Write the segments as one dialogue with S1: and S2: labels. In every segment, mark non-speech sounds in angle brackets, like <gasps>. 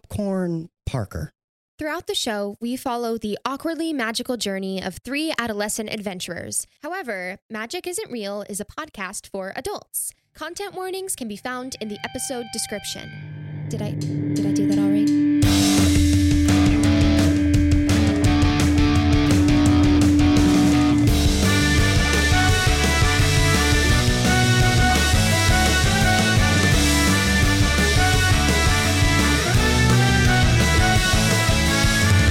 S1: Popcorn Parker.
S2: Throughout the show, we follow the awkwardly magical journey of three adolescent adventurers. However, Magic Isn't Real is a podcast for adults. Content warnings can be found in the episode description. Did I did I do that all right?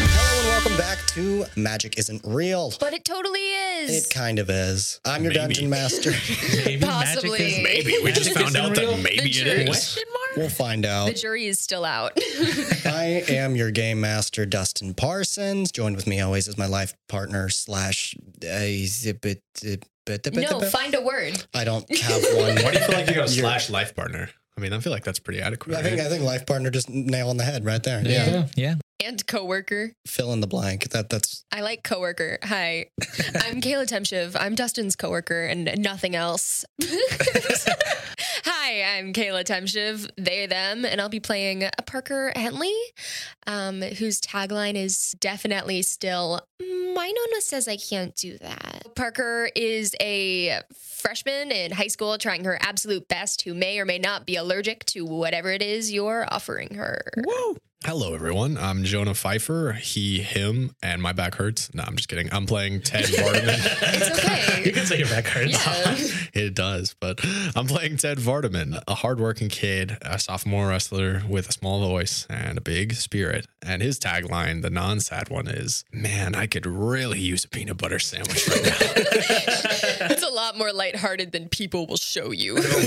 S1: Hello and welcome back to Magic Isn't Real.
S2: But it totally is.
S1: It kind of is. I'm your
S3: Maybe.
S1: dungeon
S4: <laughs>
S1: master.
S3: Maybe
S5: Possibly.
S3: magic is
S4: Maybe we just
S3: Magic
S4: found
S3: isn't
S4: out
S3: real.
S4: that maybe
S5: the
S4: it
S5: jury
S4: is.
S5: question mark?
S1: we'll find
S5: The
S1: out.
S5: jury is still out. <laughs>
S1: I am your game master, Dustin Parsons. Joined with me always is my life partner slash. uh, I
S5: no, find a word.
S1: I don't have one.
S4: <laughs> Why do you feel like you got a
S1: You're-
S4: slash life partner? I mean, I feel like that's pretty adequate.
S1: I think I think life partner just nail on the head right there.
S3: Yeah. yeah,
S5: And coworker.
S1: Fill in the blank. That that's
S5: I like coworker. Hi. I'm Kayla Temshiv. I'm Dustin's coworker and nothing else. Hi, I'm Kayla Temshiv, they, them, and I'll be playing a Parker Hentley, um, whose tagline is definitely still, My Nona says I can't do that. Parker is a freshman in high school trying her absolute best who may or may not be allergic to whatever it is you're offering her.
S4: Whoa. Hello, everyone. I'm Jonah Pfeiffer. He, him, and my back hurts. No, I'm just kidding. I'm
S5: <laughs>
S4: playing Ted Vardaman.
S5: It's okay.
S4: You can say your back hurts.
S5: Yeah.
S4: <laughs> it does, but I'm playing Ted Vardaman, a hardworking kid, a sophomore wrestler with a small voice and a big spirit. And his tagline, the non-sad one, is, "Man, I could really use a peanut butter sandwich right now."
S5: It's a lot more lighthearted than people will show you.
S3: <laughs>
S5: <laughs>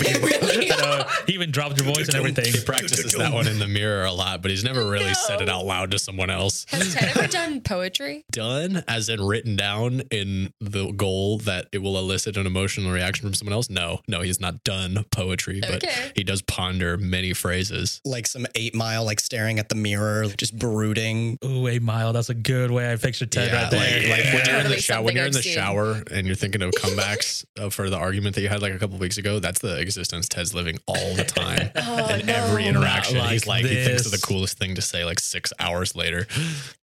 S3: So uh, he even dropped your voice and everything.
S4: He practices that one in the mirror a lot, but he's never really
S5: No.
S4: said it out loud to someone else.
S1: <gasps>
S5: Has Ted ever done poetry?
S4: Done as in written down in the goal that it will elicit an emotional reaction from someone else. No, no, he's not done poetry, but
S5: Okay.
S4: he does ponder many phrases.
S1: like some eight mile, like staring at the mirror, just
S5: <laughs>
S1: brooding.
S3: Ooh, a mile. That's a good way I pictured Ted right there.
S4: like, like when you're in the
S5: Totally
S4: shower, when
S5: something
S4: you're in
S5: I've
S4: the
S5: seen.
S4: shower and you're thinking of
S5: <laughs>
S4: comebacks uh, for the argument that you had like a couple weeks ago. That's the existence Ted's living all the time
S5: <laughs> Oh,
S4: in every
S5: no.
S4: interaction.
S3: Not
S4: he's
S3: like
S4: like he thinks of the
S3: this.
S4: coolest thing to say like six hours later.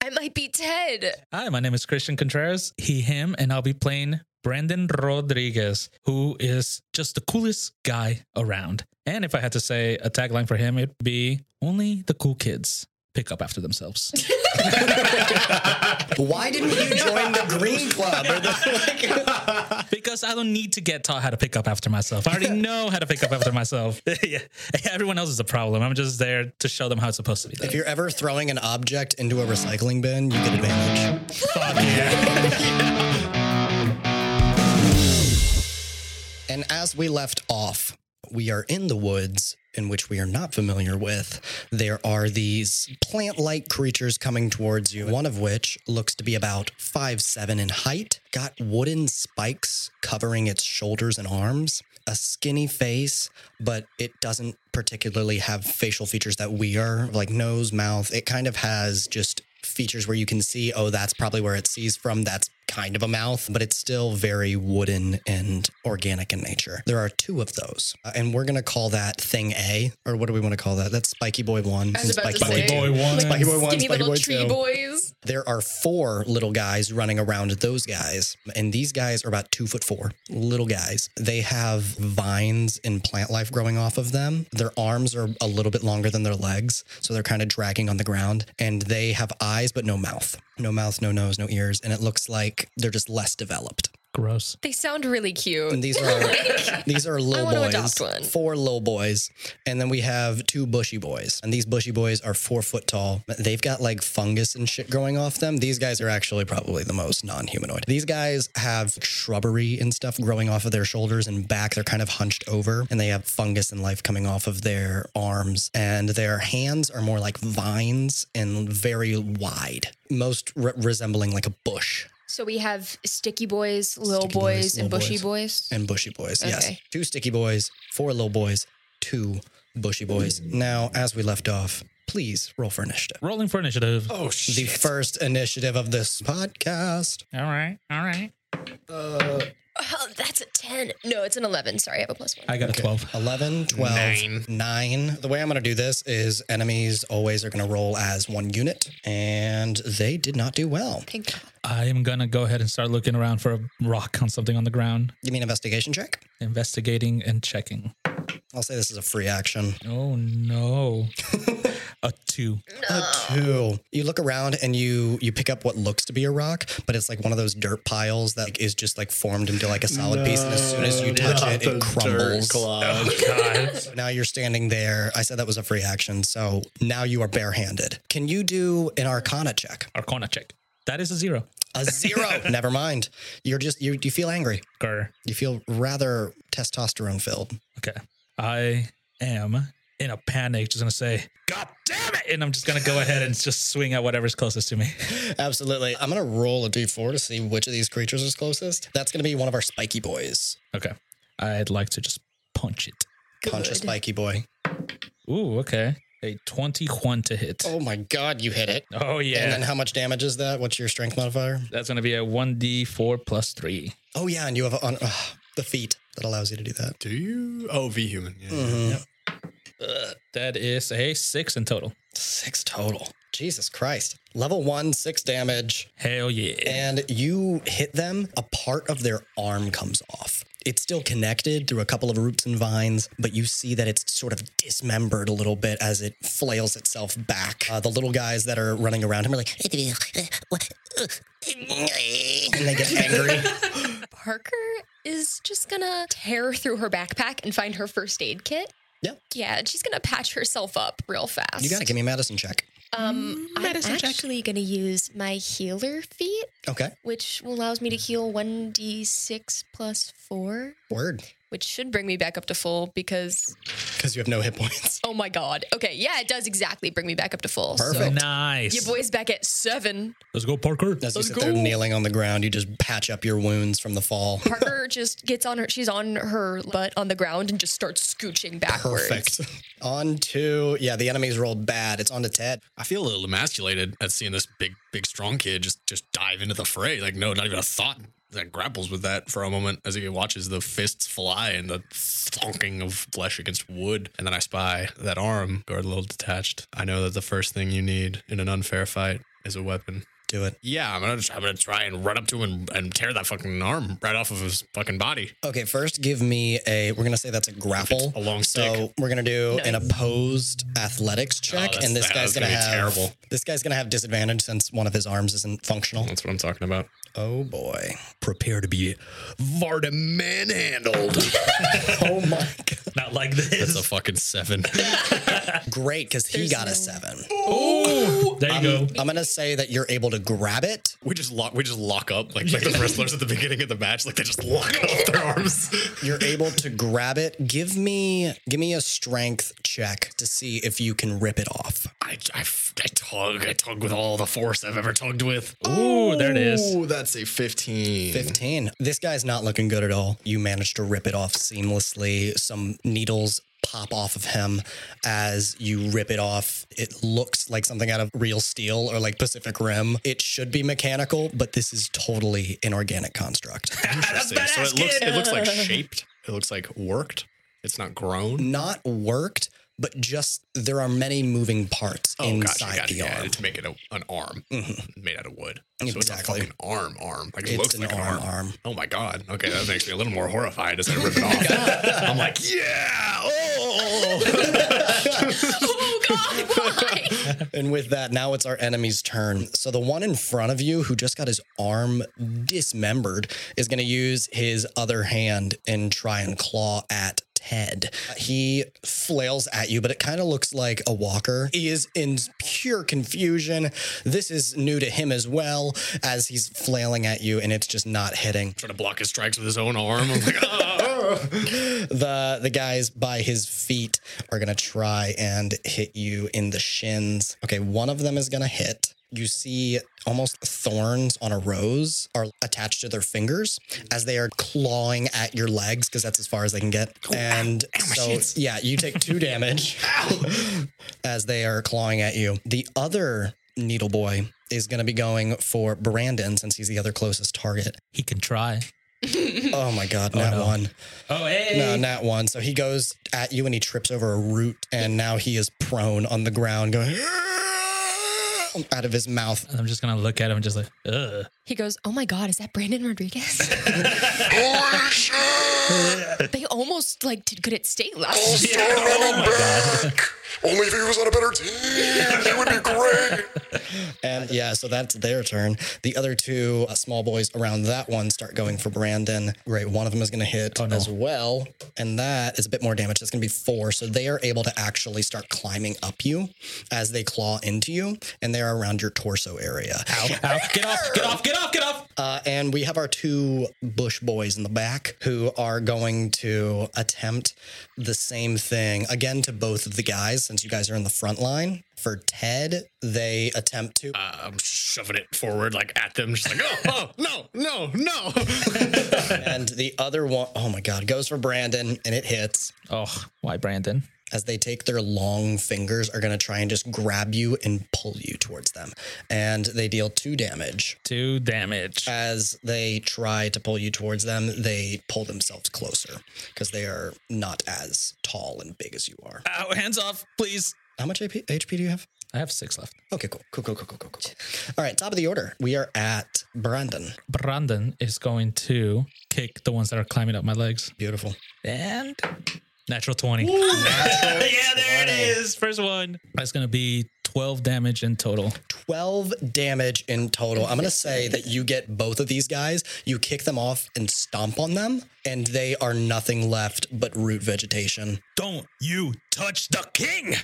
S5: I might be Ted.
S3: Hi, my name is Christian Contreras, he, him, and I'll be playing Brandon Rodriguez, who is just the coolest guy around. And if I had to say a tagline for him, it'd be only the cool kids pick up
S4: <laughs>
S3: after themselves.
S1: Why didn't you join
S4: <laughs>
S1: the Green Club? Or the, like,
S3: because I don't need to get taught how to pick up after myself.
S4: <laughs>
S3: I already know how to pick up after myself. yeah. <laughs> Everyone else is a problem. I'm just there to show them how it's supposed to be done.
S1: if you're ever throwing an object into a recycling bin, you get advantage.
S3: Fuck yeah.
S1: And as we left off, we are in the woods in which we are not familiar with. There are these plant like creatures coming towards you, one of which looks to be about five seven in height, got wooden spikes covering its shoulders and arms, a skinny face, but it doesn't particularly have facial features that we are, like nose, mouth. It kind of has just features where you can see, oh, that's probably where it sees from. That's kind of a mouth, but it's still very wooden and organic in nature. There are two of those, uh, and we're going to call that thing A, or what do we want to call that? That's Spiky Boy 1.
S5: I was
S1: and
S5: about to
S1: Boy
S5: say.
S1: two.
S3: Boy one.
S1: Spiky Boy 1,
S5: Skinny
S1: Spiky
S5: little
S1: Boy
S5: tree
S1: 2.
S5: boys.
S1: There are four little guys running around those guys, and these guys are about two foot four little guys. They have vines and plant life growing off of them. Their arms are a little bit longer than their legs, so they're kind of dragging on the ground, and they have eyes but no mouth. No mouth, no nose, no ears, and it looks like they're just less developed.
S3: Gross.
S5: They sound really cute.
S1: And these are
S5: <laughs>
S1: these are little
S5: wanna
S1: boys,
S5: adopt one.
S1: four little boys, and then we have two bushy boys, and these bushy boys are four foot tall. They've got like fungus and shit growing off them. These guys are actually probably the most non-humanoid. These guys have shrubbery and stuff growing off of their shoulders and back. They're kind of hunched over, and they have fungus and life coming off of their arms, and their hands are more like vines and very wide, most re- resembling like a bush.
S5: so we have sticky boys, little
S1: Sticky boys,
S5: boys,
S1: little
S5: and bushy boys.
S1: and bushy boys. Yes.
S5: Okay.
S1: Two sticky boys, four little boys, two bushy boys. Now, as we left off, please roll for initiative.
S3: Rolling for initiative.
S4: oh
S1: The first initiative of this podcast.
S3: All right. All right.
S5: Oh, that's a 10. No, it's an 11. Sorry, I have a plus one.
S3: I got a
S1: Okay.
S3: 12.
S1: 11, 12,
S4: Nine.
S1: 9. The way I'm going to do this is enemies always are going to roll as one unit, and they did not do well.
S5: Thank God.
S3: I am going to go ahead and start looking around for a rock on something on the ground,
S1: Give me an investigation check.
S3: investigating and checking.
S1: I'll say this is a free action.
S3: Oh no. a two.
S1: A two. You look around and you you pick up what looks to be a rock, but it's like one of those dirt piles that is just like formed into like a solid piece, and as soon as you touch <laughs>
S4: Not
S1: it,
S4: the
S1: it
S4: dirt
S1: crumbles.
S4: clod.
S1: Now you're standing there. I said that was a free action, so now you are barehanded. Can you do an Arcana check?
S3: Arcana check. That is a zero.
S1: A <laughs> zero. Never mind. You're just you. You feel angry.
S3: Grr.
S1: You feel rather testosterone filled.
S3: Okay. I am in a panic, just gonna say, God damn it! And I'm just gonna go ahead and just swing at whatever's closest to me. <laughs>
S1: Absolutely. I'm gonna roll a d4 to see which of these creatures is closest. That's gonna be one of our spiky boys.
S3: Okay. I'd like to just punch it.
S1: Punch a
S5: Good.
S1: spiky boy.
S3: Ooh, okay. A 21 to hit. Oh,
S1: Oh my god, you hit it. And <laughs>
S3: yeah.
S1: then how much damage is that? What's your strength modifier?
S3: That's gonna be a 1d4 plus three.
S1: Oh yeah, and you have on uh, the feet that allows you to do that.
S4: Do you? Oh, V human. Yeah.
S1: Mhm.
S3: Ugh, that is a six in total.
S1: Six total. Jesus Christ. Level one, six damage.
S3: Hell yeah.
S1: and you hit them, a part of their arm comes off. It's still connected through a couple of roots and vines, but you see that it's sort of dismembered a little bit as it flails itself back. Uh, the little guys that are running around him are like, and they get <laughs> angry.
S5: Parker is just gonna tear through her backpack and find her first aid kit.
S1: Yeah.
S5: Yeah, and she's gonna patch herself up real fast.
S1: You gotta give me a medicine check.
S5: Um, I'm
S3: Medicine check.
S5: actually gonna use my healer feat,
S1: Okay,
S5: which allows me to heal 1d6 plus 4,
S1: word.
S5: which should bring me back up to full because,
S1: Because you have no hit points. <laughs>
S5: oh my god. Okay, yeah, it does exactly bring me back up to full.
S1: Perfect.
S3: nice.
S5: So, your boy's back at 7.
S3: Let's go, Parker.
S1: As you
S5: Let's
S1: sit there
S5: go.
S1: kneeling on the ground, you just patch up your wounds from the fall. <laughs>
S5: Parker just gets on her, she's on her butt on the ground and just starts scooching backwards.
S1: Perfect. <laughs> on to, yeah, the enemies rolled bad. It's on to Ted.
S4: I feel a little emasculated at seeing this big, big, strong kid just just dive into the fray. Like, no, not even a thought that grapples with that for a moment as he watches the fists fly and the thonking of flesh against wood. And then I spy that arm go a little detached. I know that the first thing you need in an unfair fight is a weapon.
S1: Do it.
S4: Yeah, I'm gonna I'm gonna try and run up to him and, and tear that fucking arm right off of his fucking body.
S1: Okay, first give me a. We're gonna say that's a grapple.
S4: A long
S1: So
S4: stick. Oh,
S1: we're gonna do an
S5: Nice.
S1: opposed athletics check,
S4: that's-
S1: and this
S4: that
S1: guy's
S4: was
S1: gonna,
S4: gonna be
S1: have
S4: terrible. Mm.
S1: This guy's gonna have disadvantage since one of his arms isn't functional.
S4: That's what I'm talking about.
S1: Oh boy!
S4: Prepare to be Varda manhandled.
S1: <laughs> Oh my! God.
S3: Not like
S4: That's a
S3: this.
S4: fucking <laughs> seven.
S1: Great, because he
S5: There's
S1: got a
S5: no-
S1: seven.
S3: Oh, there you go.
S1: I'm gonna say that you're able to grab it.
S4: We just lock. We just lock up like like the wrestlers at the beginning of the match. Like they just lock up their arms. <laughs>
S1: You're able to grab it. Give me, give me a strength check to see if you can rip it off.
S4: I, I, f- I tug. I tug with all the force I've ever tugged with.
S3: Ooh, there it is.
S4: that's a fifteen.
S1: 15. This guy's not looking good at all. You manage to rip it off seamlessly. Some needles pop off of him as you rip it off. It looks like something out of real steel or like Pacific Rim. It should be mechanical, but this is totally an organic construct.
S4: <laughs> Interesting. so it looks it looks like shaped. It looks like worked. It's not grown.
S1: not worked, but just there are many moving parts
S4: Oh,
S1: inside
S4: gotcha, gotcha.
S1: the
S4: yeah,
S1: arm. Mm-hmm.
S4: to make it a, an arm made out of wood. So it's a
S1: Exactly.
S4: fucking arm, arm. Like it
S1: It's
S4: looks
S1: an
S4: like an
S1: arm,
S4: arm.
S1: arm.
S4: Oh my god. Okay, that makes me a little more horrified as I rip it off. I'm like, yeah. Oh.
S5: <laughs> Oh god, why?
S1: And with that, now it's our enemy's turn. So the one in front of you who just got his arm dismembered is going to use his other hand and try and claw at Ted. He flails at you, but it kind of looks like a walker. He is in pure confusion. This is new to him as well as he's flailing at you and it's just not hitting.
S4: trying to block his strikes with his own arm. I'm like, oh.
S1: The the guys by his feet are gonna try and hit you in the shins. Okay, one of them is gonna hit. You see almost thorns on a rose are attached to their fingers as they are clawing at your legs because that's as far as they can get. and so yeah, you take
S3: <laughs>
S1: two damage as they are clawing at you. The other needle
S3: <clears throat>
S1: boy is gonna be going for Brandon since he's the other closest target.
S3: He can try.
S1: Oh my God,
S3: Oh,
S1: not
S3: no.
S1: one.
S3: Oh, hey.
S1: No, not one. So he goes at you and he trips over a root, and now he is prone on the ground, going out of his mouth.
S3: And I'm just gonna look at him, just like, ugh.
S5: He goes, "Oh my god, is that Brandon Rodriguez?"
S1: <laughs>
S6: uh,
S5: they almost like did good at state level.
S6: Only if he was on a better team, he would be great.
S1: And yeah, so that's their turn. The other two uh, small boys around that one start going for Brandon. Great. One of them is going to hit
S3: Oh, no.
S1: as well. And that is a bit more damage. That's going to be four. So they are able to actually start climbing up you as they claw into you, and they are around your torso area.
S3: Ow, get off, get off, get off, get off.
S1: Uh, and we have our two bush boys in the back who are going to attempt the same thing again to both of the guys since you guys are in the front line. For Ted, they attempt to.
S4: Uh, I'm shoving it forward like at them, just like oh, oh no no no.
S1: and the other one, oh my God, goes for Brandon and it hits.
S3: Oh, why Brandon?
S1: As they take their long fingers, are going to try and just grab you and pull you towards them. And they deal two damage.
S3: Two damage.
S1: As they try to pull you towards them, they pull themselves closer because they are not as tall and big as you are.
S3: Ow, hands off, please.
S1: How much AP, HP do you have?
S3: I have six left.
S1: Okay, cool. Cool, cool, cool, cool, cool, cool. All right, top of the order. We are at Brandon.
S3: Brandon is going to kick the ones that are climbing up my legs.
S1: Beautiful.
S3: And natural <laughs> 20.
S1: yeah,
S3: is. First one. That's going to be 12 damage in total.
S1: 12 damage in total. I'm going to say that you get both of these guys, you kick them off and stomp on them, and they are nothing left but root vegetation.
S3: Don't you touch the king.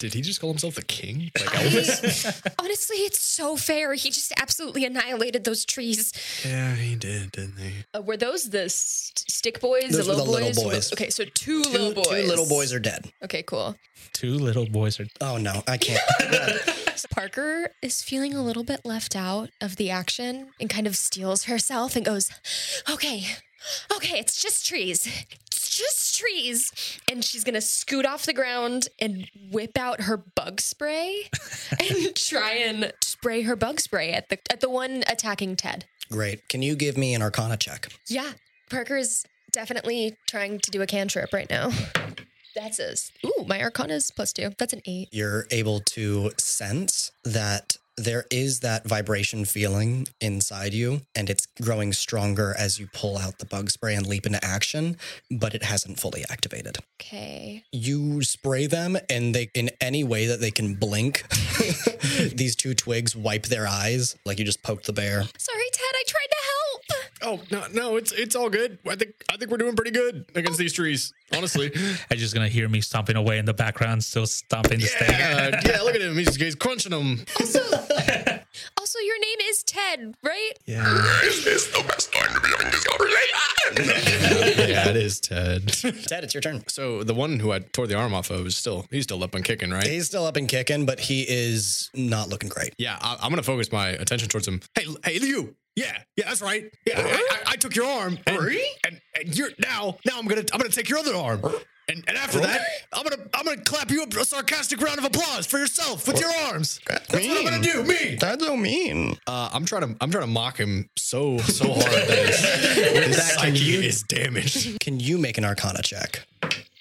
S4: Did he just call himself the king? Like
S1: Oh,
S4: Elvis?
S5: Honestly, it's so fair. He just absolutely annihilated those trees.
S4: yeah, he did, didn't he?
S5: Uh, were those the st- stick boys?
S1: Those were
S5: the little
S1: the
S5: boys?
S1: little boys.
S5: Okay, so two,
S1: Two-
S5: little boys.
S1: Two little boys are dead.
S5: Okay, cool.
S3: Two little boys are.
S1: Oh no, I can't.
S5: Parker is feeling a little bit left out of the action and kind of steals herself and goes, Okay, okay, it's just trees. It's just trees. And she's going to scoot off the ground and whip out her
S1: <laughs>
S5: bug spray and try and spray her bug spray at the, at the one attacking Ted.
S1: Great. Can you give me an arcana check?
S5: Yeah, Parker is definitely trying to do a cantrip right now. That's a, ooh, my arcana is plus two. That's an eight.
S1: You're able to sense that there is that vibration feeling inside you, and it's growing stronger as you pull out the bug spray and leap into action, but it hasn't fully activated.
S5: Okay.
S1: you spray them and they in any way that they can blink <laughs> these two twigs wipe their eyes like you just poked the bear
S5: Sorry, Ted, I tried to help.
S4: Oh no, no, it's it's all good. I think I think we're doing pretty good against these trees, honestly.
S3: I'm just going to hear me stomping away in the background, still stomping the stake.
S4: yeah, yeah, look at him. He's, he's crunching them.
S5: Also, your name is Ted, right?
S4: Yeah,
S6: Is this the best time to be on Discovery?
S4: yeah, it is Ted.
S1: ted it's your turn
S4: So the one who I tore the arm off of is still he's still up and kicking, right?
S1: he's still up and kicking but he is not looking great
S4: Yeah, I, I'm gonna focus my attention towards him. Hey, hey, you. Yeah, yeah, that's right. Yeah, I, I, I took your arm, and, and and you're now now I'm gonna I'm gonna take your other arm, and and after that I'm gonna I'm gonna clap you a sarcastic round of applause for yourself with your arms. That's what I'm gonna do, me.
S1: that's so mean
S4: Uh, I'm trying to I'm trying to mock him so so hard <laughs> that his, his psyche is damaged.
S1: can you make an arcana check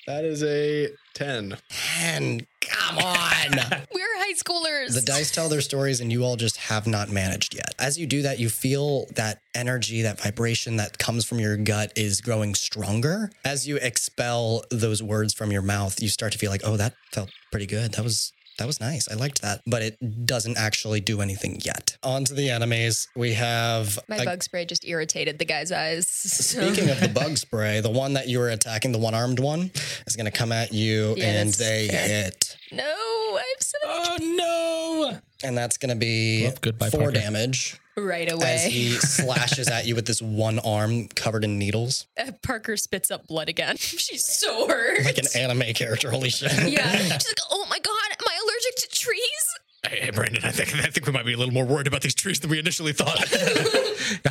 S4: That is a ten.
S1: and come on
S5: We're high schoolers.
S1: the dice tell their stories and you all just have not managed yet as you do that you feel that energy that vibration that comes from your gut is growing stronger as you expel those words from your mouth you start to feel like oh that felt pretty good that was that was nice. I liked that, but it doesn't actually do anything yet. On to the enemies. We have
S5: My
S1: a-
S5: bug spray just irritated the guy's eyes. So-
S1: Speaking of the bug spray, the one that you were attacking, the one-armed one, is going to come at you,
S5: Yeah,
S1: and
S5: that's
S1: they
S5: fair.
S1: hit,
S5: <laughs> no, I'm so
S1: Ah.
S3: Oh,
S1: and that's going to be
S3: Well, goodbye,
S1: four
S3: Parker.
S1: damage.
S5: right
S1: as
S5: away.
S1: he
S5: <laughs>
S1: slashes at you with this one arm covered in needles,
S5: Uh, Parker spits up blood again. <laughs> She's so hurt.
S1: <laughs> like an anime character. Holy shit!
S5: yeah. She's like, oh my god, am I allergic to trees?
S4: Hey, hey, Brandon, I think I think we might be a little more worried about these trees than we initially thought.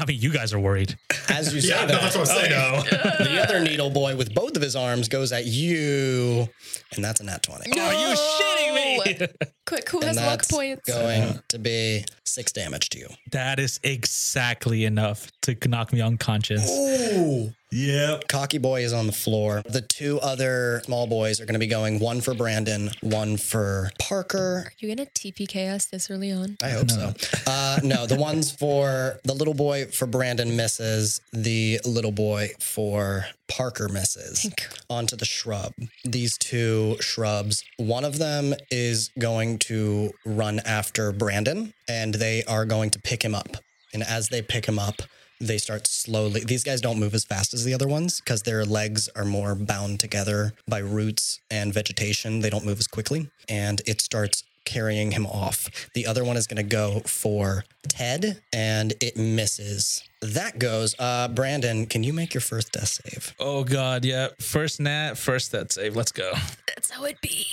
S3: I mean, you guys are worried.
S1: As you say
S4: yeah, no,
S1: that,
S4: that's what I'm saying.
S1: the other needle boy with both of his arms goes at you, and that's a nat 20.
S5: No.
S3: Are you shitting me?
S5: <laughs> Quick, who
S1: And
S5: has luck
S1: that's
S5: points?
S1: going to be six damage to you.
S3: that is exactly enough to knock me unconscious.
S1: Ooh.
S3: Yep.
S1: Cocky boy is on the floor. The two other small boys are going to be going one for Brandon, one for Parker.
S5: You gonna TPK us this early on? <laughs>
S1: I hope
S3: No.
S1: so. Uh, no, the ones for the little boy for Brandon misses. The little boy for Parker misses. Onto the shrub. These two shrubs. One of them is going to run after Brandon, and they are going to pick him up. And as they pick him up, they start slowly. These guys don't move as fast as the other ones because their legs are more bound together by roots and vegetation. They don't move as quickly. And it starts carrying him off. The other one is going to go for Ted and it misses. That goes. Uh, Brandon, can you make your first death save?
S3: Oh god, yeah. First nat, first that save. Let's go.
S5: That's how it be.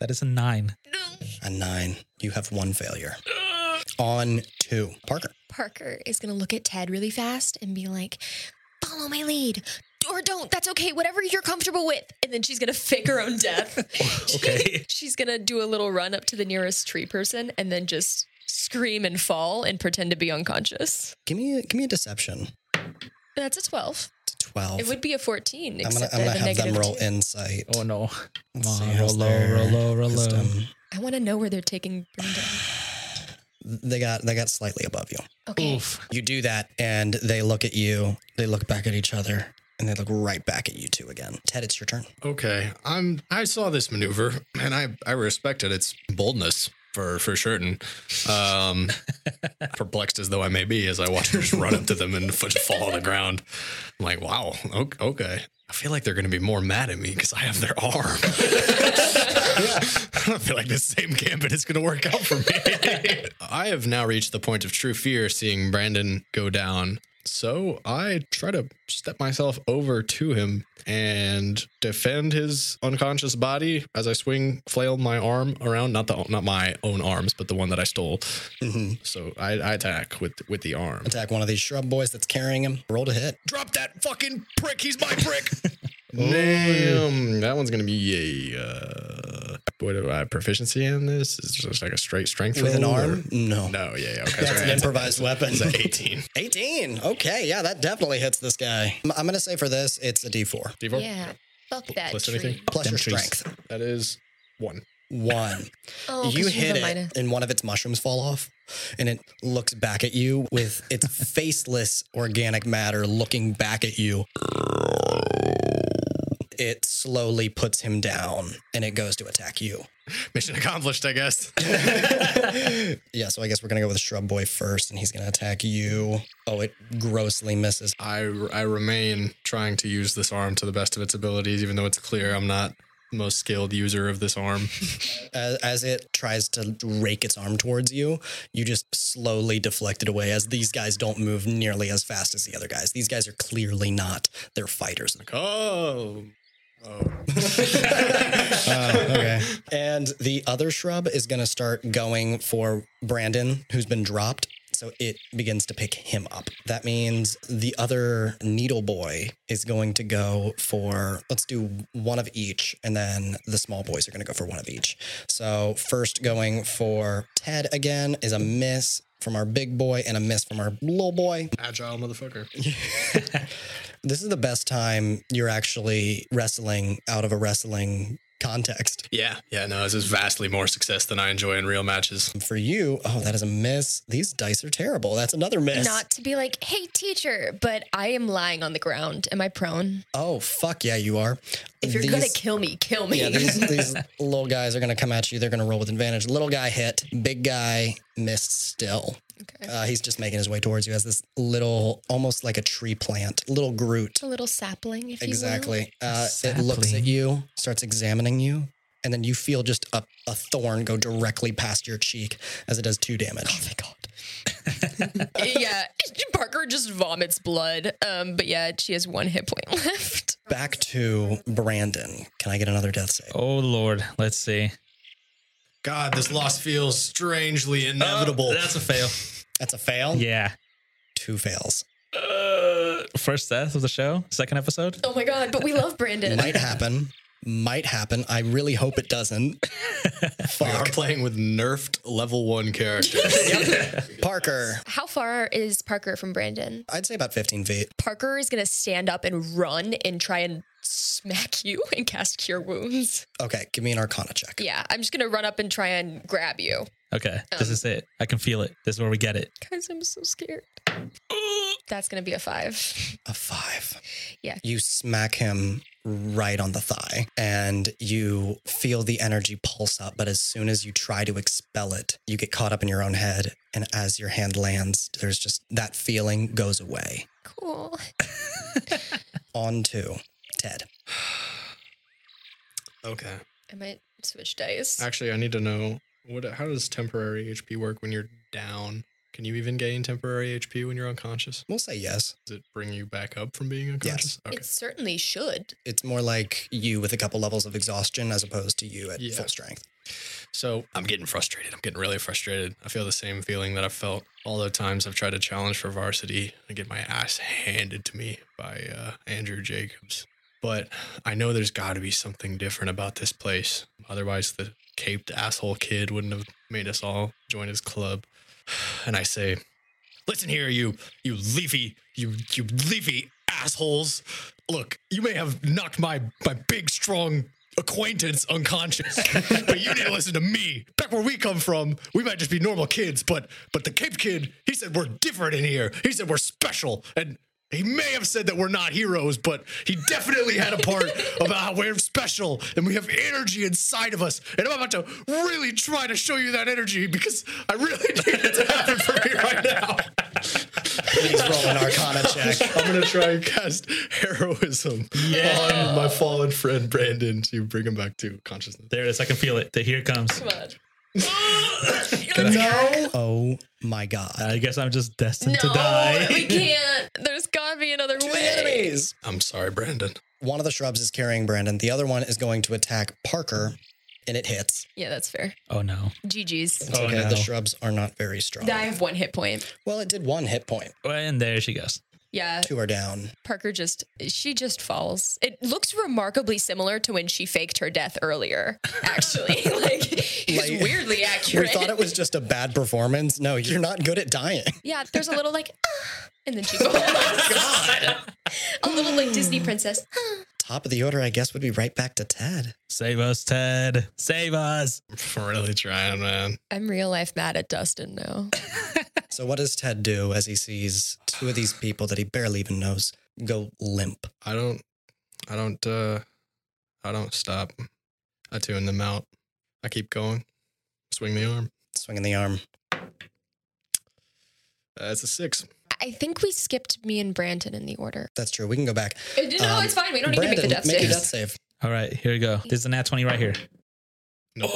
S3: That is a nine.
S1: A nine. You have one failure. On two. Parker.
S5: Parker is gonna look at Ted really fast and be like, "Follow my lead." Or don't. That's okay. Whatever you're comfortable with. And then she's gonna fake her
S1: <laughs>
S5: own death.
S1: Oh,
S5: <laughs>
S3: Okay.
S5: she's gonna do a little run up to the nearest tree person and then just scream and fall and pretend to be unconscious.
S1: Give me give me a deception.
S5: That's a twelve.
S1: It's Twelve.
S5: It would be a fourteen.
S1: I'm gonna
S5: except
S1: I'm
S5: I
S1: gonna
S5: a
S1: have them
S5: negative
S1: roll
S5: two.
S1: insight.
S3: Oh no.
S1: Let's
S3: Come
S1: see
S3: on,
S1: how's
S3: roll low,
S1: their
S3: roll low, roll low.
S1: wisdom.
S5: I want to know where
S1: <sighs>
S5: they're taking. Brenda.
S1: They got they got slightly above you.
S5: Okay.
S3: Oof.
S1: You do that, and they look at you. They look back at each other, and they look right back at you two again. Ted, it's your turn.
S4: Okay, I'm. I saw this maneuver, and I I respected its boldness for for certain. Um, perplexed as though I may be, as I watch her just run up to them and foot fall on the ground, I'm like, wow, o- okay. I feel like they're going to be more mad at me because I have their arm. <laughs> I don't feel like this same gambit is going to work out for me. <laughs> I have now reached the point of true fear, seeing Brandon go down. So I try to step myself over to him and defend his unconscious body as I swing flail my arm around. Not the not my own arms, but the one that I stole. So I, I attack with with the arm.
S1: Attack one of these shrub boys that's carrying him. Roll to hit.
S4: Drop that fucking prick. He's my prick. <laughs> Damn, that one's gonna be a. Uh, what do I have proficiency in this? Is it just like a straight strength
S1: With an
S4: roll, or-
S1: arm? No.
S4: No, yeah, yeah, okay.
S1: That's
S4: so
S1: an
S4: it's-
S1: improvised weapon.
S4: It's an
S1: <laughs>
S4: <laughs> 18.
S1: 18. Okay. Yeah, that definitely hits this guy. I'm, I'm going to say for this, it's a d4
S4: D4?
S5: Yeah. Fuck that.
S4: Plus
S5: tree.
S4: anything?
S1: plus
S3: Them
S1: your
S3: trees.
S1: strength.
S4: That is one.
S1: One.
S5: Oh, 'cause
S1: you
S5: have
S1: hit
S5: a
S1: it,
S5: minus.
S1: and one of its mushrooms fall off, and it looks back at you with
S5: <laughs>
S1: its faceless organic matter looking back at you. It slowly puts him down, and it goes to attack you.
S4: Mission accomplished, I guess.
S1: <laughs> Yeah, so I guess we're gonna go with Shrub Boy first, and he's gonna attack you. Oh, it grossly misses.
S4: I, I remain trying to use this arm to the best of its abilities, even though it's clear I'm not the most skilled user of this
S1: <laughs>
S4: arm.
S1: As, as it tries to rake its arm towards you, you just slowly deflect it away. As these guys don't move nearly as fast as the other guys. These guys are clearly not. They're fighters.
S4: Oh. Oh.
S1: okay. <laughs> And the other shrub is going to start going for Brandon, who's been dropped. So it begins to pick him up. That means the other needle boy is going to go for, let's do one of each. And then the small boys are going to go for one of each. So first going for Ted again is a miss from our big boy and a miss from our little boy.
S4: Agile motherfucker.
S1: This is the best time you're actually wrestling out of a wrestling context.
S4: Yeah, yeah, no, this is vastly more success than I enjoy in real matches.
S1: for you, oh, that is a miss. These dice are terrible. That's another miss.
S5: Not to be like, hey, teacher, but I am lying on the ground. Am I prone?
S1: oh, fuck yeah, you are.
S5: If you're
S1: These-
S5: gonna kill me, kill me.
S1: yeah,
S5: <laughs>
S1: these, these little guys are going to come at you. They're going to roll with advantage. Little guy hit, big guy missed still.
S5: okay.
S1: Uh, he's just making his way towards you as this little, almost like a tree plant, little Groot.
S5: a little sapling, if you Oh, will.
S1: Exactly. Uh, it looks at
S3: Sapling.
S1: you, starts examining you, and then you feel just a, a thorn go directly past your cheek as it does two damage. Oh, my God.
S5: <laughs> yeah. <laughs> Parker just vomits blood. Um, but yeah, she has one hit point <laughs> left.
S1: Back to Brandon. Can I get another death save?
S3: Oh lord, let's see.
S4: God, this loss feels strangely inevitable.
S3: Oh, that's a fail.
S1: That's a fail.
S3: Yeah.
S1: Two fails.
S3: Uh, first death of the show, second episode.
S5: Oh my god, but we love Brandon.
S1: Might happen. Might happen. I really hope it doesn't.
S4: <laughs> we are playing with nerfed level one
S3: <laughs>
S4: characters.
S1: Parker.
S5: How far is Parker from Brandon?
S1: I'd say about 15 feet.
S5: Parker is gonna stand up and run and try and smack <laughs> you and cast cure wounds.
S1: Okay, give me an Arcana check.
S5: Yeah, I'm just gonna run up and try and grab you.
S3: Okay, this is it. I can feel it. This is where we get it.
S5: Guys, I'm so scared. <gasps> That's gonna be a five. <laughs>
S1: A five.
S5: Yeah.
S1: You smack him right on the thigh and you feel the energy pulse up. But as soon as you try to expel it, you get caught up in your own head. And as your hand lands, there's just that feeling goes away.
S5: Cool.
S1: On to Ted.
S4: okay.
S5: I might switch dice.
S4: Actually, I need to know what. How does temporary HP work when you're down? Can you even gain temporary HP when you're unconscious?
S1: We'll say yes.
S4: Does it bring you back up from being unconscious? Okay.
S5: It
S1: <gasps>
S5: certainly should. <laughs>
S1: It's more like you with a couple levels of exhaustion as opposed to you at
S4: Yeah.
S1: full strength.
S4: So I'm getting frustrated. I'm getting really frustrated. I feel the same feeling that I've felt all the times I've tried to challenge for varsity and get my ass handed to me by uh, Andrew Jacobs. But I know there's got to be something different about this place. Otherwise, the caped asshole kid wouldn't have made us all join his club. <sighs> And I say, Listen here, you, you leafy, you, you leafy assholes. Look, you may have knocked my, my big, strong acquaintance unconscious, but you didn't listen to me. Back where we come from, we might just be normal kids, but, but the Cape kid, he said we're different in here. He said we're special. And he may have said that we're not heroes, but he definitely had a part about how we're special and we have energy inside of us. And I'm about to really try to show you that energy because I really need it to happen for me right now.
S1: Please roll an Arcana check.
S4: I'm gonna try and cast heroism on my fallen friend Brandon to bring him back to consciousness. <laughs>
S3: There it is. I can feel it. The- Here it comes.
S5: Come on.
S1: No. Oh my God.
S3: I guess I'm just destined to
S5: no, we
S1: <laughs>
S3: die.
S5: can't. There's gotta be another way.
S1: enemies.
S4: I'm sorry, Brandon.
S1: One of the shrubs is carrying Brandon. The other one is going to attack Parker, and it hits.
S5: Yeah, that's fair.
S3: <laughs> Oh no.
S5: GG's.
S1: It's
S3: Oh,
S1: okay.
S3: no.
S1: The shrubs are not very strong.
S5: I have one hit point.
S1: Well, it did one hit point.
S3: And there she goes.
S5: Yeah,
S1: Two are down.
S5: Parker just she just falls. It looks remarkably similar to when she faked her death earlier. Actually, <laughs>
S1: <laughs>
S5: like it's
S1: Like-
S5: weirdly
S1: We
S5: accurate.
S1: thought it was just a bad performance. No, you're not good at dying. <laughs>
S5: yeah, there's a little like, <laughs> "Ah," and then she
S1: Oh
S5: falls. <laughs> a little like
S1: <gasps>
S5: Disney princess.
S1: Top of the order, I guess, would be right back to Ted.
S3: Save us, Ted. Save us.
S4: I'm really trying, man.
S5: I'm real life mad at Dustin now.
S1: So, what does Ted do as he sees two of these people that he barely even knows go limp?
S4: I don't I don't uh I don't stop. I tune them out. I keep going. Swing the arm.
S1: Swinging the arm.
S4: That's a six.
S5: I think we skipped me and Brandon in the order.
S1: That's true. We can go back.
S5: No,
S1: Um,
S5: it's fine. We don't need to
S1: Brandon,
S5: make the death
S1: make your
S5: saves.
S1: death save.
S3: All right, here we go. There's an at 20 right here.
S4: No.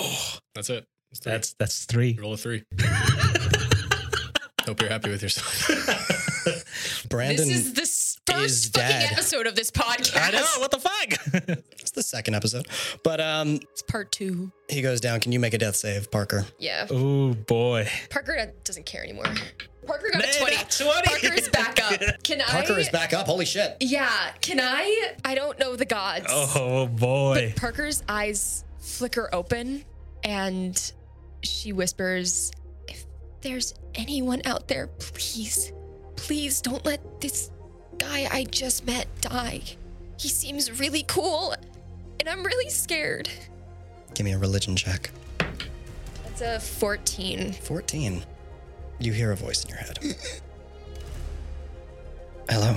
S4: That's it. That's, three.
S3: Oh. That's that's three.
S4: roll a
S3: <laughs>
S4: three. Hope you're happy with yourself.
S1: Brandon,
S5: this is the s-
S1: is
S5: first fucking
S1: dead.
S5: episode of this podcast.
S3: I know. Oh, What the fuck? <laughs>
S1: it's the second episode. But um,
S5: It's part two.
S1: he goes down. Can you make a death save, Parker?
S5: Yeah.
S3: oh boy.
S5: Parker doesn't care anymore. Parker got
S3: Man,
S5: a 20.
S3: that 20.
S5: Parker is back up. Can
S1: Parker
S5: I?
S1: is back up. Holy shit.
S5: Yeah. Can I? I don't know the gods.
S3: <laughs> Oh boy.
S5: Parker's eyes flicker open and she whispers, If there's anyone out there, please, please don't let this guy I just met die. He seems really cool and I'm really scared.
S1: Give me a religion check.
S5: That's a 14.
S1: 14. You hear a voice in your head. Hello.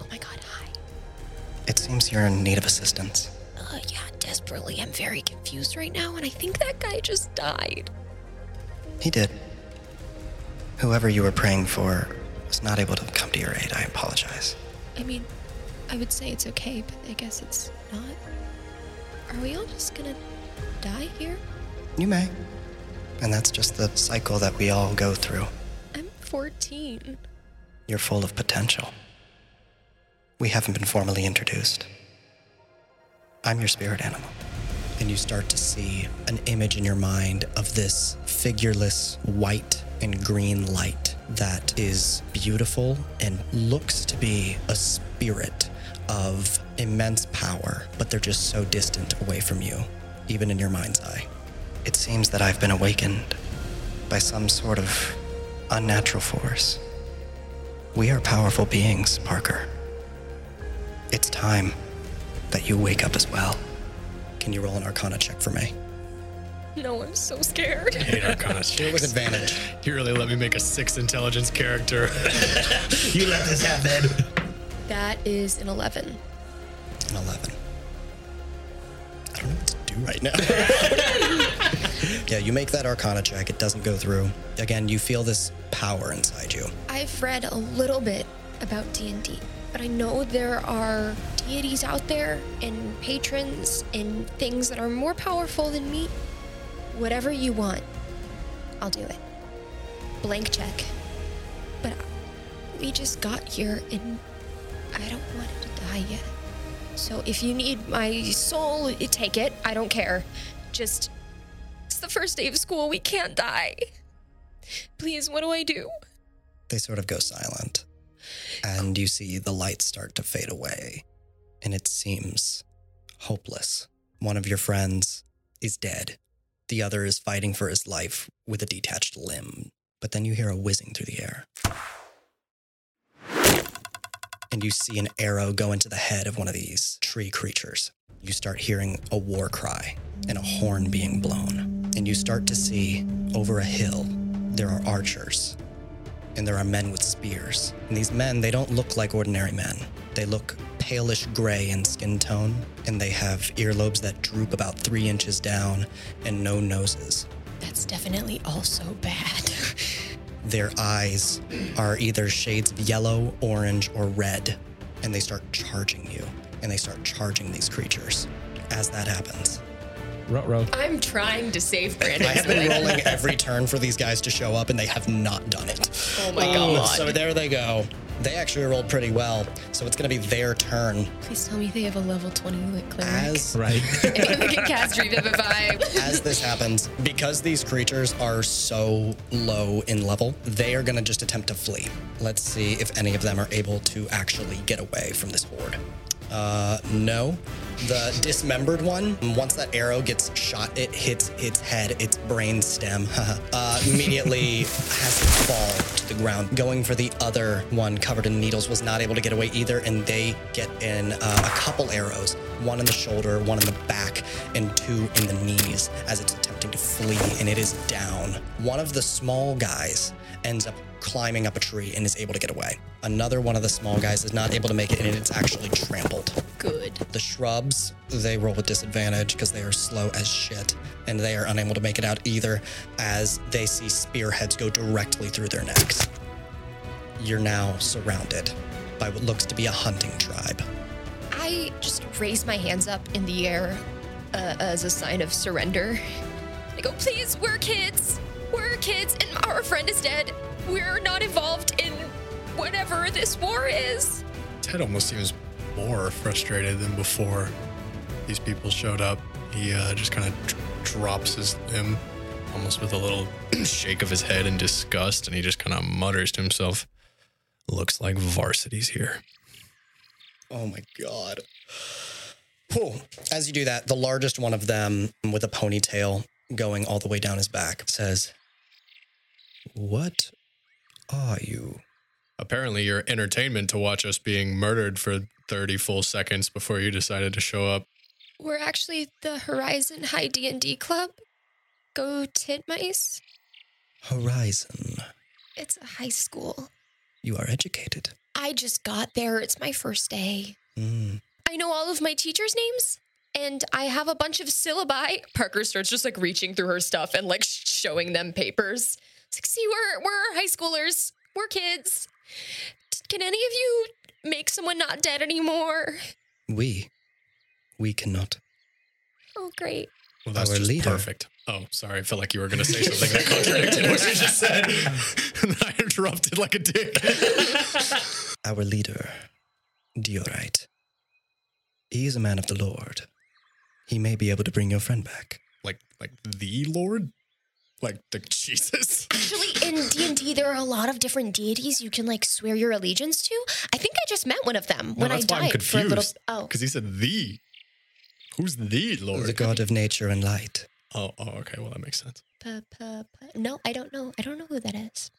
S5: Oh my god, hi.
S1: It seems you're in need of assistance.
S5: Uh, yeah, desperately. I'm very confused right now and I think that guy just died.
S1: He did. Whoever you were praying for was not able to come to your aid. I apologize.
S5: I mean, I would say it's okay, but I guess it's not. Are we all just gonna die here?
S1: You may. And that's just the cycle that we all go through.
S5: I'm 14.
S1: You're full of potential. We haven't been formally introduced. I'm your spirit animal. and you start to see an image in your mind of this figureless white and green light that is beautiful and looks to be a spirit of immense power, but they're just so distant away from you, even in your mind's eye. It seems that I've been awakened by some sort of unnatural force. We are powerful beings, Parker. It's time that you wake up as well. Can you roll an Arcana check for me?
S5: No, I'm so scared.
S4: Hate Arcana
S1: With
S4: checks.
S1: advantage.
S4: You really let me make a six intelligence character.
S1: <laughs> you let this happen.
S5: That is an 11.
S1: An 11. I don't know what to do right now. <laughs> yeah, you make that Arcana check. It doesn't go through. Again, you feel this power inside you.
S5: I've read a little bit about D&D, but I know there are deities out there and patrons and things that are more powerful than me. Whatever you want, I'll do it. Blank check. But we just got here and I don't want it to die yet. So if you need my soul, you take it. I don't care. Just it's the first day of school. We can't die. Please, what do I do?
S1: They sort of go silent. And you see the lights start to fade away. And it seems hopeless. One of your friends is dead. The other is fighting for his life with a detached limb. But then you hear a whizzing through the air. And you see an arrow go into the head of one of these tree creatures. You start hearing a war cry and a horn being blown. And you start to see over a hill, there are archers and there are men with spears. And these men, they don't look like ordinary men. They look palish gray in skin tone, and they have earlobes that droop about three inches down and no noses.
S5: That's definitely also bad. <laughs>
S1: Their eyes are either shades of yellow, orange, or red, and they start charging you, and they start charging these creatures. As that happens,
S3: Ruh-roh.
S5: I'm trying to save Brandon.
S1: I have been rolling every turn for these guys to show up, and they have not done it.
S5: oh my
S1: Um, so there they go. They actually rolled pretty well, so it's going to be their turn.
S5: Please tell me they have a level 20 lit cleric. <laughs>
S1: As
S3: <laughs> Right.
S5: and <laughs> we can cast Revivify. <laughs>
S1: as this happens, because these creatures are so low in level, they are going to just attempt to flee. Let's see if any of them are able to actually get away from this horde. Uh, no. The dismembered one, once that arrow gets shot, it hits its head, its brain stem, <laughs> uh, immediately has to fall to the ground. Going for the other one covered in needles was not able to get away either, and they get in uh, a couple arrows one in the shoulder, one in the back, and two in the knees as it's attempting to flee, and it is down. One of the small guys ends up climbing up a tree and is able to get away. Another one of the small guys is not able to make it, and it's actually trampled.
S5: Good.
S1: The shrubs, they roll with disadvantage because they are slow as shit, and they are unable to make it out either as they see spearheads go directly through their necks. You're now surrounded by what looks to be a hunting tribe.
S5: I just raise my hands up in the air uh, as a sign of surrender. I go, please, we're kids. We're kids, and our friend is dead. We're not involved in whatever this war is.
S4: Ted almost seems more frustrated than before these people showed up. He uh, just kind of drops his limb, almost with a little <clears throat> shake of his head in disgust, and he just kind of mutters to himself, "Looks like varsity's here."
S1: Oh my god. Whew. As you do that, the largest one of them with a ponytail going all the way down his back says, What are you?
S4: Apparently, your entertainment to watch us being murdered for 30 full seconds before you decided to show up.
S5: We're actually the Horizon High D&D Club. Go titmice.
S1: Horizon.
S5: It's a high school.
S1: You are educated.
S5: I just got there. It's my first day.
S1: Hmm.
S5: I know all of my teachers' names and I have a bunch of syllabi. Parker starts just like reaching through her stuff and like sh- showing them papers. It's like, see, we're we're high schoolers. We're kids. T- Can any of you make someone not dead anymore?
S1: We. We cannot.
S5: Oh, great.
S4: Well, that's
S1: Our
S4: just
S1: leader.
S4: perfect. Oh, sorry. I felt like you were going to say something that contradicted what you just said. <laughs> and I interrupted like a dick.
S1: <laughs> Our leader, Diorite. He is a man of the Lord. He may be able to bring your friend back.
S4: Like like the Lord? Like the Jesus?
S5: Actually, in D and D, there are a lot of different deities you can like swear your allegiance to. I think I just met one of them when I
S4: that's why I'm
S5: died for a little.
S4: confused.
S5: Oh,
S4: Because he said the. Who's the Lord?
S1: The god of nature and light.
S4: oh, oh, okay. Well, that makes sense.
S5: pa- pa- pa- no, I don't know. I don't know who that is.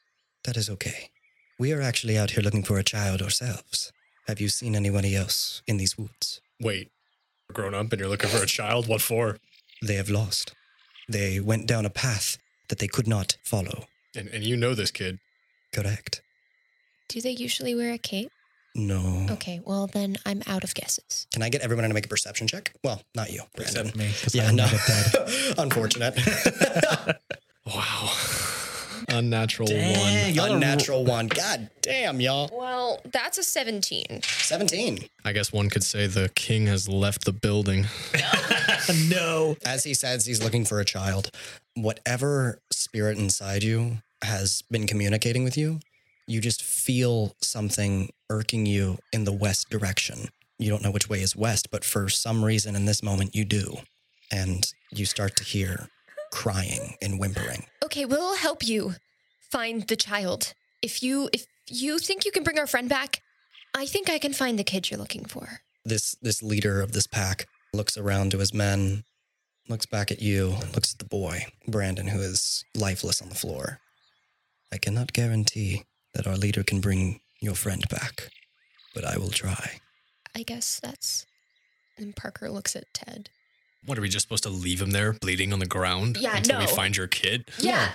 S1: That is okay. We are actually out here looking for a child ourselves. Have you seen anybody else in these woods?
S4: Wait, you're grown up and you're looking for a child? What for?
S1: They have lost. They went down a path that they could not follow.
S4: And, and you know this kid.
S1: Correct?
S5: Do they usually wear a cape?
S1: No.
S3: Oh.
S5: Okay, well then I'm out of guesses.
S1: Can I get everyone to make a perception check? Well, not you. Brandon.
S3: Except me. 'cause
S1: Yeah,
S3: I'm
S1: no.
S3: not dead.
S1: <laughs> Unfortunate.
S3: <laughs>
S1: <laughs>
S4: Wow. Unnatural
S3: Dang,
S4: one.
S3: y'all are-
S1: Unnatural one. God damn, y'all.
S5: Well, that's a 17.
S1: 17.
S4: I guess one could say the king has left the building.
S3: no.
S1: As he says, he's looking for a child. Whatever spirit inside you has been communicating with you, you just feel something irking you in the west direction. You don't know which way is west, but for some reason in this moment, you do. And you start to hear crying and whimpering.
S5: Okay, we'll help you find the child. If you if you think you can bring our friend back, I think I can find the kid you're looking for.
S1: this this leader of this pack looks around to his men, looks back at you, looks at the boy, Brandon, who is lifeless on the floor. I cannot guarantee that our leader can bring your friend back, but I will try.
S5: I guess that's and Parker looks at Ted.
S4: What are we just supposed to leave him there bleeding on the ground
S5: Yeah,
S4: until we
S5: no.
S4: find your kid?
S5: Yeah.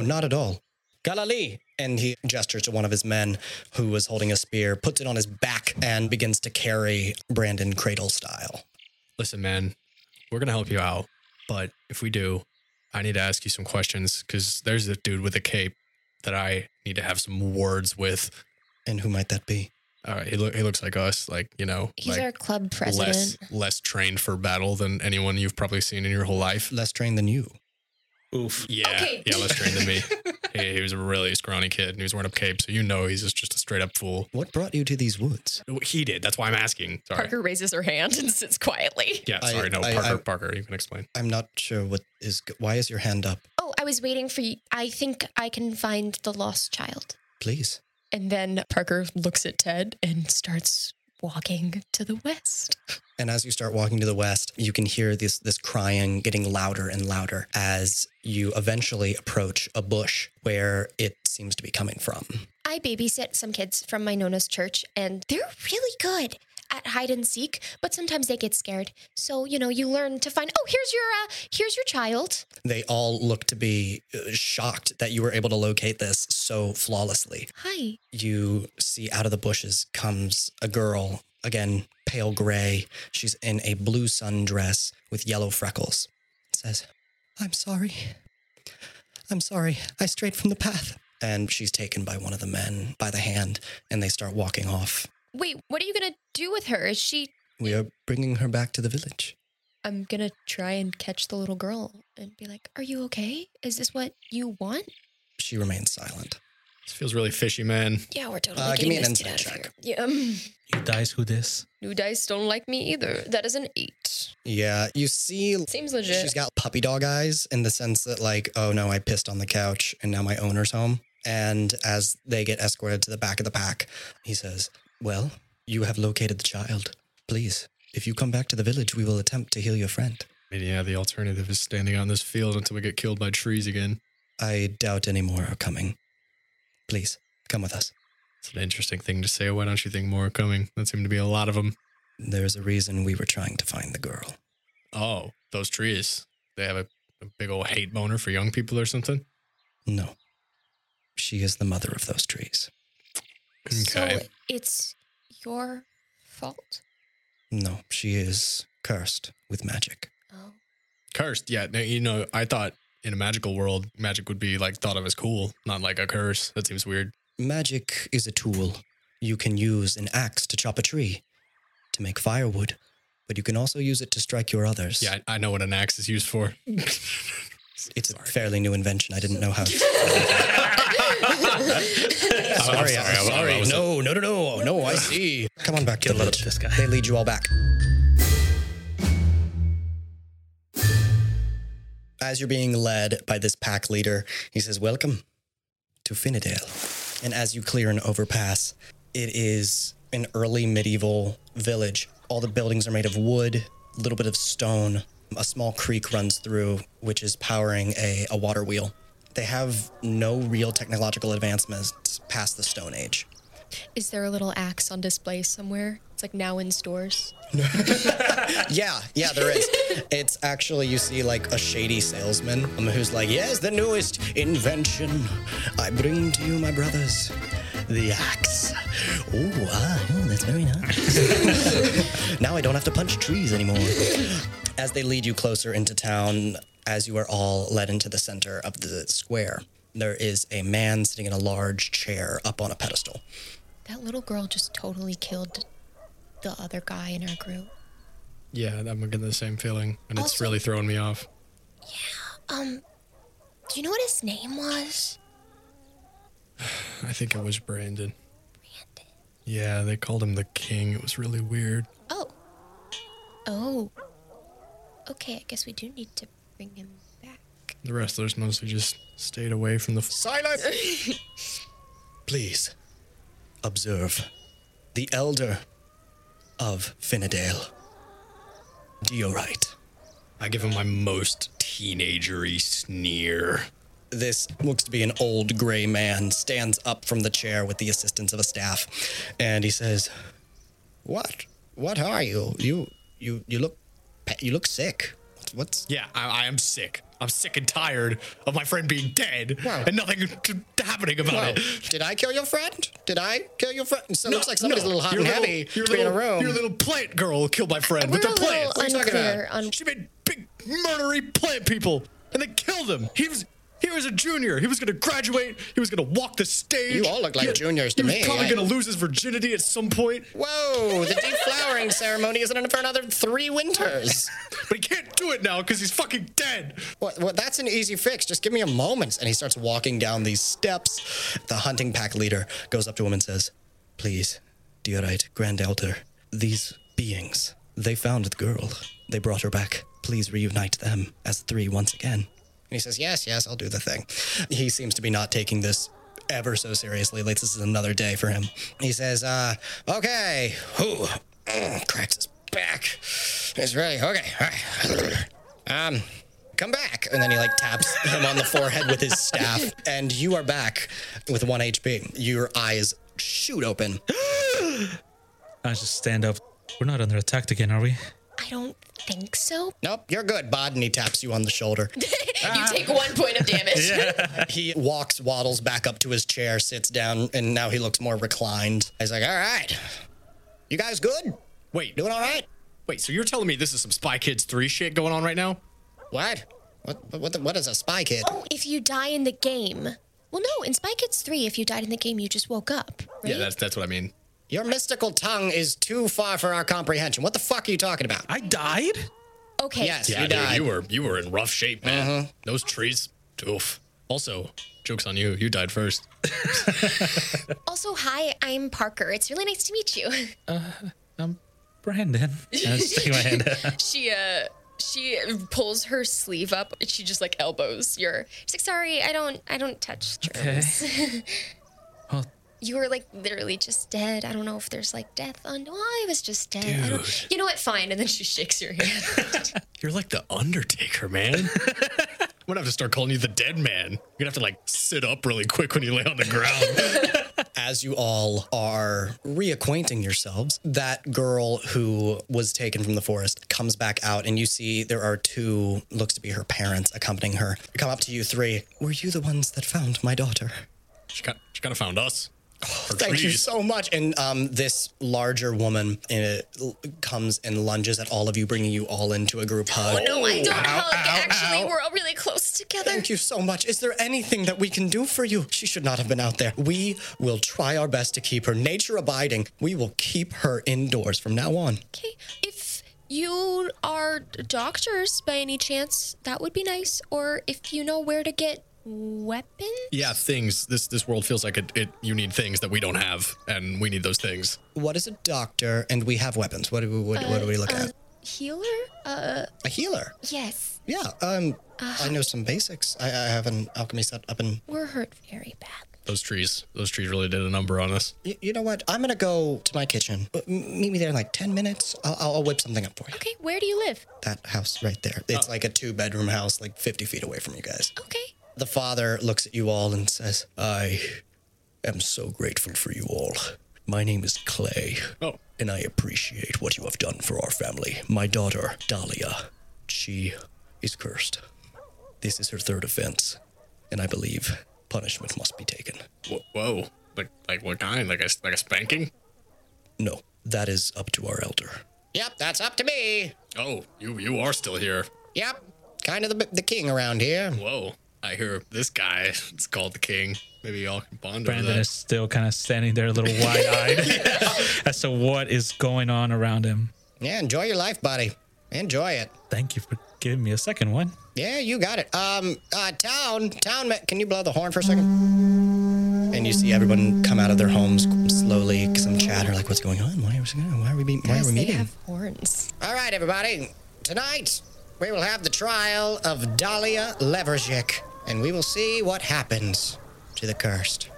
S1: No, not at all. Galali! And he gestures to one of his men who was holding a spear, puts it on his back, and begins to carry Brandon cradle style.
S4: Listen, man, we're going to help you out. But if we do, I need to ask you some questions because there's a dude with a cape that I need to have some words with.
S1: And who might that be?
S4: All right, he, loo- he looks like us, like, you know,
S5: He's
S4: like
S5: our club president.
S4: less less trained for battle than anyone you've probably seen in your whole life.
S1: Less trained than you.
S3: Oof.
S4: Yeah,
S5: Okay.
S4: yeah, less trained
S5: <laughs>
S4: than me. he, he was a really scrawny kid and he was wearing a cape, so you know he's just, just a straight up fool.
S1: What brought you to these woods?
S4: He did. That's why I'm asking. Sorry.
S5: Parker raises her hand and sits quietly.
S4: Yeah,
S1: I-
S4: sorry. no,
S1: I-
S4: Parker,
S1: I-
S4: Parker, you can explain.
S1: I'm not sure what is. go- Why is your hand up?
S5: Oh, I was waiting for you. I think I can find the lost child.
S1: Please.
S5: And then Parker looks at Ted and starts walking to the west.
S1: And as you start walking to the west, you can hear this this crying getting louder and louder as you eventually approach a bush where it seems to be coming from.
S5: I babysit some kids from my Nona's church, and they're really good at hide and seek, but sometimes they get scared. So, you know, you learn to find, oh, here's your uh, here's your child.
S1: They all look to be uh, shocked that you were able to locate this so flawlessly.
S5: Hi.
S1: You see out of the bushes comes a girl, again pale gray. She's in a blue sundress with yellow freckles. Says, "I'm sorry. I'm sorry. I strayed from the path." And she's taken by one of the men by the hand and they start walking off
S5: Wait, what are you going to do with her? Is she
S1: We are bringing her back to the village.
S5: I'm going to try and catch the little girl and be like, "Are you okay? Is this what you want?"
S1: She remains silent.
S4: This feels really fishy, man.
S5: Yeah, we're totally
S1: Uh, give
S5: getting
S1: me an
S5: this kid out
S1: insight
S5: of
S1: check.
S5: here. Yeah. um,
S3: You dice who this?
S5: New dice don't like me either. That is an eight.
S1: Yeah, you see,
S5: Seems legit.
S1: she's got puppy dog eyes in the sense that, like, oh no, I pissed on the couch and now my owner's home. And as they get escorted to the back of the pack, he says, Well, you have located the child. Please, if you come back to the village, we will attempt to heal your friend.
S4: I mean, yeah, the alternative is standing out in this field until we get killed by trees again.
S1: I doubt any more are coming. Please, come with us.
S4: It's an interesting thing to say. Why don't you think more are coming? That seem to be a lot of them.
S1: There is a reason we were trying to find the girl.
S4: Oh, those trees. They have a, a big old hate boner for young people or something.
S1: No. She is the mother of those trees.
S4: Okay.
S5: So it's your fault.
S1: No, she is cursed with magic.
S5: Oh.
S4: Cursed. Yeah. No, you know, I thought in a magical world, magic would be like thought of as cool, not like a curse. That seems weird.
S1: Magic is a tool. You can use an axe to chop a tree, to make firewood, but you can also use it to strike your others.
S4: Yeah, I, I know what an axe is used for.
S1: it's a fairly new invention. I didn't know how.
S4: <laughs> I'm sorry. I- I was-
S1: No, no, no, no, no.
S4: <laughs>
S1: I see. Come on back to the
S3: Kill up
S1: village.
S3: this guy.
S1: They lead you all back. As you're being led by this pack leader, he says, Welcome to Finidale. And as you clear an overpass, it is an early medieval village. All the buildings are made of wood, a little bit of stone. A small creek runs through, which is powering a, a water wheel. They have no real technological advancements past the Stone Age.
S5: Is there a little axe on display somewhere? It's like now in stores.
S1: Yeah, yeah, there is. it's actually you see like a shady salesman um, who's like, "Yes, the newest invention. I bring to you, my brothers, the axe. Ooh, ah, oh, that's very nice. now I don't have to punch trees anymore." As they lead you closer into town, as you are all led into the center of the square, there is a man sitting in a large chair up on a pedestal.
S5: That little girl just totally killed the other guy in our group.
S4: Yeah, I'm getting the same feeling, and it's
S5: Also- um,
S4: really throwing me off.
S5: Do you know what his name was?
S4: <sighs> I think it was Brandon. Brandon. Yeah, they called him the king. It was really weird.
S5: Oh. Oh. Okay, I guess we do need to bring him back.
S4: The wrestlers mostly just stayed away from the. F-
S1: Silence! Please observe the elder of Finidale. Diorite.
S4: I give him my most teenagery sneer.
S1: This looks to be an old gray man, stands up from the chair with the assistance of a staff, and he says, What? What are you? You you you look pa- you look sick. What's, what's
S4: Yeah, I, I am sick. I'm sick and tired of my friend being dead
S1: Wow.
S4: and nothing t- happening about
S1: Well,
S4: it.
S1: Oh, did I kill your friend? Did I kill your friend? So it looks like somebody's a
S4: No,
S1: little hot
S4: your
S1: and
S4: little-
S1: heavy
S4: your
S1: to be in a
S4: little-
S1: room.
S4: Your little plant girl killed my friend with
S5: We're a
S4: the
S5: little
S4: plant. What are you talking
S5: unclear
S4: about?
S5: on-
S4: She made big murdery plant people, and they killed him. He was he was a junior. He was gonna graduate. He was gonna walk the stage.
S1: You all look like
S4: He-
S1: juniors
S4: he
S1: to
S4: was
S1: me.
S4: Probably
S1: I-
S4: gonna lose his virginity at some point,
S1: Whoa, the deflowering ceremony isn't in for another three winters.
S4: but he can't do it now because he's fucking dead.
S1: Well, well, that's an easy fix. Just give me a moment. And he starts walking down these steps. The hunting pack leader goes up to him and says, Please, Diorite, Grand Elder, these beings, they found the girl. They brought her back. Please reunite them as three once again. And he says, Yes, yes, I'll do the thing. He seems to be not taking this ever so seriously. Like, this is another day for him. He says, uh, Okay, who Mm, cracks his back? It's really, okay, all right. Um, come back. And then he like taps him on the forehead with his staff. And you are back with one HP. Your eyes shoot open.
S3: I just stand up. We're not under attack again, are we?
S5: I don't think so.
S1: Nope, you're good, bud. And he taps you on the shoulder.
S5: you take one point of <laughs> damage.
S1: He walks, waddles back up to his chair, sits down, and now he looks more reclined. He's like, all right. You guys good?
S4: Wait,
S1: Doing all right?
S4: wait. So you're telling me this is some Spy Kids three shit going on right now?
S1: What? What, what, what is a spy kid?
S5: If you die in the game. Well, no, in Spy Kids 3, if you died in the game, you just woke up, right?
S4: Yeah, that's that's what I mean.
S1: Your mystical tongue is too far for our comprehension. What the fuck are you talking about?
S3: I died?
S5: okay.
S1: Yes,
S4: Yeah,
S1: you
S4: dude,
S1: died. Uh-huh.
S4: you were you were in rough shape, man. Those trees. Oof. Also, jokes on you. You died first.
S5: Also, hi, I'm Parker. It's really nice to meet you. <laughs>
S3: Brandon. I just take my hand out.
S5: She, uh, she pulls her sleeve up. and She just like elbows your. She's like, sorry, I don't, I don't touch
S3: Okay.
S5: germs. <laughs>
S3: Well,
S5: You were like literally just dead. I don't know if there's like death on. Well, I was just dead. I don't, you know what? Fine. And then she shakes your hand.
S4: You're like the Undertaker, man. <laughs> I'm gonna have to start calling you the Dead Man. You're gonna have to like sit up really quick when you lay on the <laughs> ground.
S1: as you all are reacquainting yourselves, that girl who was taken from the forest comes back out, and you see there are two, looks to be her parents accompanying her. Come up to you three. Were you the ones that found my daughter?
S4: she, kind, she kind of found us. Our
S1: Thank you
S4: trees.
S1: so much. And um, this larger woman uh, l- comes and lunges at all of you, bringing you all into a group hug.
S5: Oh, no, I don't
S4: Ow,
S5: hug.
S4: ow,
S5: Actually,
S4: ow.
S5: we're all really close together.
S1: Thank you so much. Is there anything that we can do for you? She should not have been out there. We will try our best to keep her nature abiding. We will keep her indoors from now on.
S5: Okay. If you are doctors by any chance, that would be nice. Or if you know where to get weapons.
S4: Yeah, things. This this world feels like it, it. You need things that we don't have, and we need those things.
S1: What is a doctor? And we have weapons. What do we, what, what do we look at?
S5: healer? Uh,
S1: A healer.
S5: yes.
S1: Yeah. Um, I know some basics. I, I have an alchemy set up in.
S5: We're hurt very badly.
S4: Those trees, those trees really did a number on us.
S1: You, you know what? I'm gonna go to my kitchen. Uh, m- Meet me there in like ten minutes. I'll, I'll, I'll whip something up for you.
S5: Okay, where do you live?
S1: That house right there. It's like a two-bedroom house, like 50 feet away from you guys.
S5: Okay.
S1: The father looks at you all and says, I am so grateful for you all. My name is Clay.
S4: Oh.
S1: And I appreciate what you have done for our family. My daughter, Dahlia, she is cursed. This is her third offense, and I believe punishment must be taken.
S4: Whoa, whoa. like like what kind? Like a like a spanking?
S1: No, that is up to our elder. Yep, that's up to me.
S4: Oh, you you are still here.
S1: Yep, kind of the, the king around here.
S4: Whoa. I hear this guy. It's called the king. Maybe y'all can bond over
S3: Brandon
S4: that.
S3: is still kind of standing there a little wide eyed as to what is going on around him.
S1: Yeah, enjoy your life, buddy. Enjoy it.
S3: Thank you for giving me a second one.
S1: Yeah, you got it. Um, uh, town, town, ma- can you blow the horn for a second? And you see everyone come out of their homes slowly, some chatter, like, what's going on? Why are we, why are we, being, why are
S5: Guys,
S1: we
S5: they
S1: meeting?
S5: have horns.
S1: All right, everybody. Tonight, we will have the trial of Dahlia Leverzik, and we will see what happens to the cursed.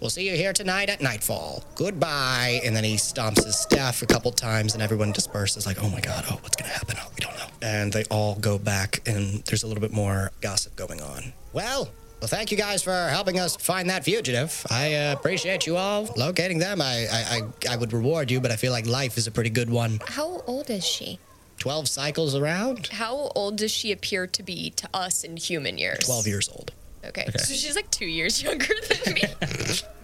S1: We'll see you here tonight at nightfall. Goodbye. And then he stomps his staff a couple times, and everyone disperses, like, oh my God, oh, what's going to happen? Oh, we don't know. And they all go back, and there's a little bit more gossip going on. Well, well, thank you guys for helping us find that fugitive. I uh, appreciate you all locating them. I, I, I, I would reward you, but I feel like life is a pretty good one.
S5: How old is she?
S1: 12 cycles around,
S5: How old does she appear to be to us in human years?
S1: 12 years old.
S5: Okay. So she's like two years <laughs> younger than me.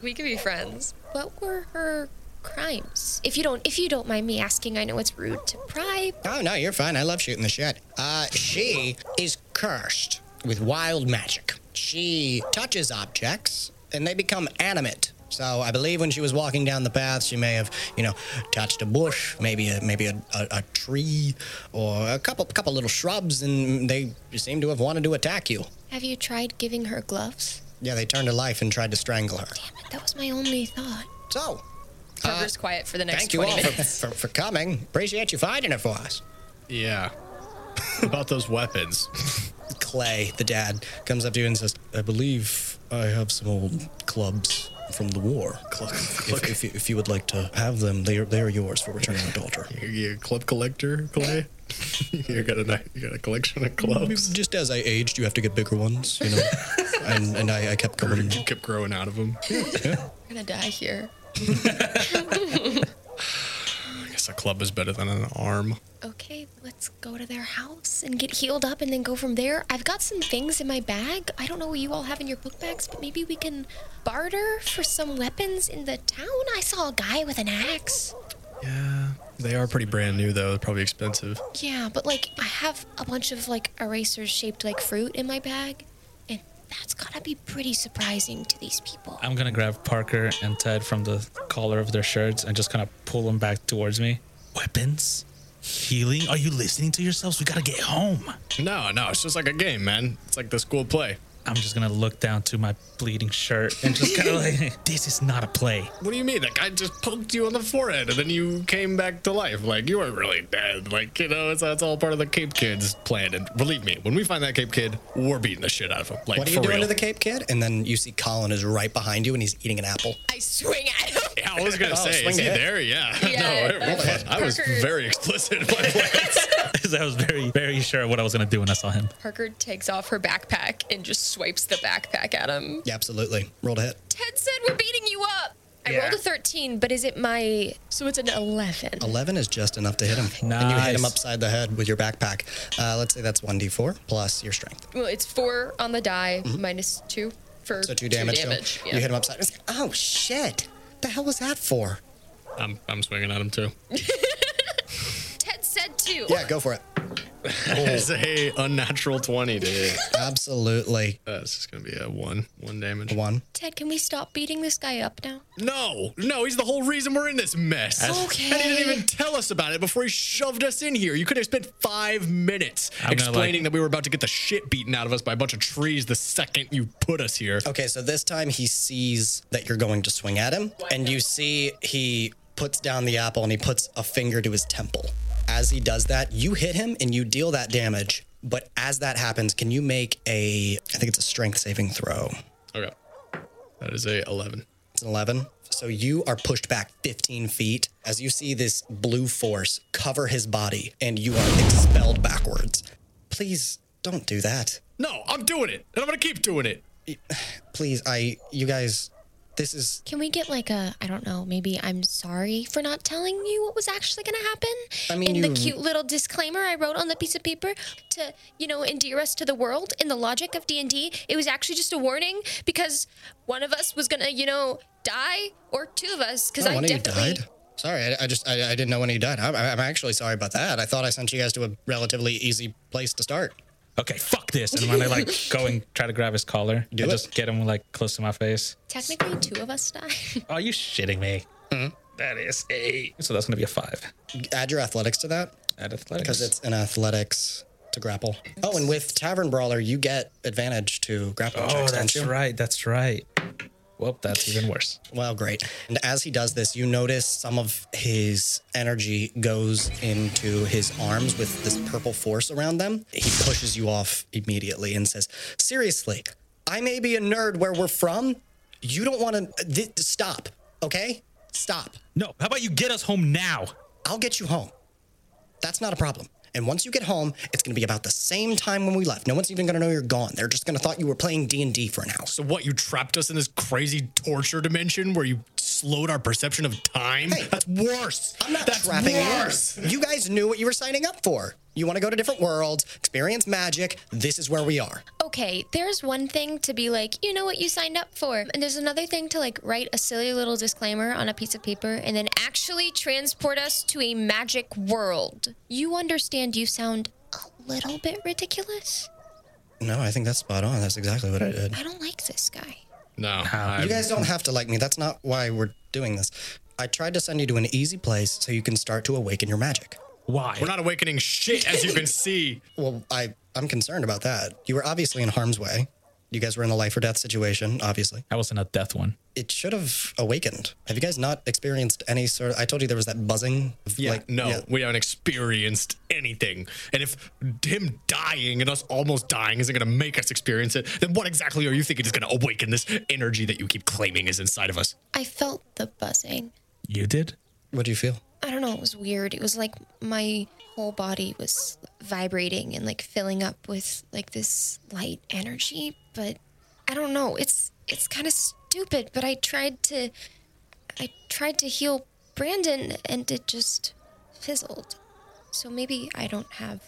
S5: we could be friends.
S2: What were her crimes? If you don't, if you don't mind me asking, I know it's rude to pry.
S1: Oh, no, you're fine. I love shooting the shit. Uh, she is cursed with wild magic. She touches objects and they become animate. So I believe when she was walking down the path, she may have, you know, touched a bush, maybe a, maybe a, a, a tree, or a couple couple little shrubs, and they seem to have wanted to attack you.
S2: Have you tried giving her gloves?
S1: Yeah, they turned to life and tried to strangle her.
S2: That was my only thought.
S1: So,
S5: Carver's quiet for the next
S1: Uh, thank you
S5: 20
S1: all for,
S5: minutes. <laughs>
S1: for, for coming. Appreciate you finding her for us.
S4: Yeah. <laughs> About those weapons.
S1: Clay, the dad, comes up to you and says, I believe I have some old clubs from the
S4: <laughs>
S1: war. If, if, you, if you would like to have them, they are, they are yours for returning an
S4: <laughs>
S1: altar.
S4: You're, you're a club collector, Clay. <laughs> you got a ni- you got a collection of clubs.
S1: Just as I aged, you have to get bigger ones, you
S4: <laughs>
S1: know? and and I, I kept going.
S4: You kept growing out of them.
S5: We're gonna die here.
S4: I guess a club is better than an arm.
S2: Okay, let's go to their house and get healed up and then go from there. I've got some things in my bag. I don't know what you all have in your book bags, but maybe we can barter for some weapons in the town. I saw a guy with an axe.
S4: Yeah. They are pretty brand new though. They're probably expensive.
S2: Yeah, but like I have a bunch of like erasers shaped like fruit in my bag, and that's gotta be pretty surprising to these people.
S3: I'm gonna grab Parker and Ted from the collar of their shirts and just kind of pull them back towards me. Weapons? Healing? Are you listening to yourselves? We gotta get home.
S4: No, no, it's just like a game, man. It's like the school play.
S3: I'm just gonna look down to my bleeding shirt and just kind of like, <laughs> this is not a play. <laughs>
S4: What do you mean? That guy just poked you on the forehead and then you came back to life. Like, you weren't really dead. Like, you know, it's, that's all part of the Cape Kid's plan. And believe me, when we find that Cape Kid, we're beating the shit out of him. Like,
S1: What are you
S4: for
S1: doing
S4: real.
S1: to the Cape Kid? And then you see Colin is right behind you and he's eating an apple.
S5: I swing at him.
S4: Yeah, I was going
S1: Oh,
S4: to say,
S1: swing
S4: is he
S1: it.
S4: there? Yeah. <laughs>
S5: Yeah,
S4: no, we're
S5: that's-
S4: fine. I was
S5: Parker-
S4: very explicit in my plans.
S3: 'Cause I was very, very sure what I was gonna do when I saw him.
S5: Parker takes off her backpack and just swipes the backpack at him.
S1: Yeah, absolutely. Roll to hit.
S5: Ted said we're beating you up. I
S4: Yeah.
S5: rolled a 13, but is it my. So it's an 11.
S1: 11 is just enough to hit him. And you hit him
S3: Nice.
S1: upside the head with your backpack. Uh, let's say that's 1d4 plus your strength.
S5: Well, it's four on the die, minus two for
S1: Mm-hmm. So two damage. to him.
S5: yeah.
S1: You hit him upside. It's like, oh shit! The hell was that for?
S4: <laughs> I'm, I'm swinging at him too.
S5: Ted said two.
S1: Yeah, go <laughs> for it.
S4: It's a unnatural 20, dude.
S1: Oh, Absolutely.
S4: That's just going to be a one. One damage.
S1: One.
S2: Ted, can we stop beating this guy up now?
S4: No, no, he's the whole reason we're in this mess.
S5: Okay.
S4: And he didn't even tell us about it before he shoved us in here. You could have spent five minutes
S3: I'm gonna,
S4: explaining
S3: like-
S4: that we were about to get the shit beaten out of us by a bunch of trees the second you put us here.
S1: Okay, so this time he sees that you're going to swing at him, and you see he puts down the apple and he puts a finger to his temple As he does that, you hit him and you deal that damage. But as that happens, can you make a, I think it's a strength saving throw?
S4: Okay. That is a 11.
S1: It's an 11. So you are pushed back 15 feet as you see this blue force cover his body and you are expelled backwards. Please don't do that.
S4: No, I'm doing it, and I'm gonna keep doing it.
S1: Please, I, you guys, this is,
S5: Can we get like a I don't know, maybe I'm sorry for not telling you what was actually going to happen?
S1: I mean,
S5: in the
S1: you-
S5: cute little disclaimer I wrote on the piece of paper to, you know, endear us to the world in the logic of D&D, it was actually just a warning because one of us was going to, you know, die or two of us cuz
S1: Oh,
S5: I
S1: one of you
S5: definitely
S1: died? Sorry, I, I just, I, I didn't know when you died. I'm, I'm actually sorry about that. I thought I sent you guys to a relatively easy place to start.
S3: Okay, fuck this. And I'm gonna
S1: <laughs>
S3: like go and try to grab his collar
S1: Do
S3: and
S1: it.
S3: just get him like close to my face.
S5: technically two of us died. <laughs>
S3: Are you shitting me?
S1: Mm-hmm.
S3: That is eight. So that's gonna be a five.
S1: Add your athletics to that.
S3: At athletics.
S1: Because it's an athletics to grapple. Oh, and with Tavern Brawler, you get advantage to grapple
S3: oh,
S1: checks,
S3: that's
S1: don't you?
S3: right. That's right. Well, that's even worse.
S1: Well, great. And as he does this, you notice some of his energy goes into his arms with this purple force around them. He pushes you off immediately and says, Seriously, I may be a nerd where we're from. You don't want to. Th- stop, okay? Stop.
S3: No, how about you get us home now?
S1: I'll get you home. That's not a problem. And once you get home, it's going to be about the same time when we left. No one's even going to know you're gone. They're just going to thought you were playing D&D for an hour.
S4: So what? You trapped us in this crazy torture dimension where you slowed our perception of time. That's worse.
S1: I'm not
S4: That's
S1: trapping
S4: worse.
S1: you. You guys knew what you were signing up for. You want to go to different worlds, experience magic. This is where we are.
S5: okay, there's one thing to be like, you know what you signed up for. And there's another thing to like write a silly little disclaimer on a piece of paper and then actually transport us to a magic world. You understand you sound a little bit ridiculous?
S1: No, I think that's spot on. That's exactly what I did.
S5: I don't like this guy.
S4: No,
S1: You
S4: I,
S1: guys don't have to like me. That's not why we're doing this. I tried to send you to an easy place so you can start to awaken your magic.
S3: Why?
S4: we're not awakening shit, as
S1: <laughs>
S4: you can see.
S1: Well, I I'm concerned about that. You were obviously in harm's way. You guys were in a life or death situation, obviously.
S3: I was in a death one.
S1: It should have awakened. Have you guys not experienced any sort of I told you there was that buzzing of like
S4: no,
S1: yeah.
S4: we haven't experienced anything. And if him dying and us almost dying isn't going to make us experience it, then what exactly are you thinking is going to awaken this energy that you keep claiming is inside of us?
S5: I felt the buzzing.
S3: You did?
S1: What do you feel?
S5: I don't know, it was weird. It was like my whole body was vibrating and like filling up with like this light energy, but I don't know. It's it's kind of stupid, but I tried to I tried to heal Brandon and it just fizzled. So maybe I don't have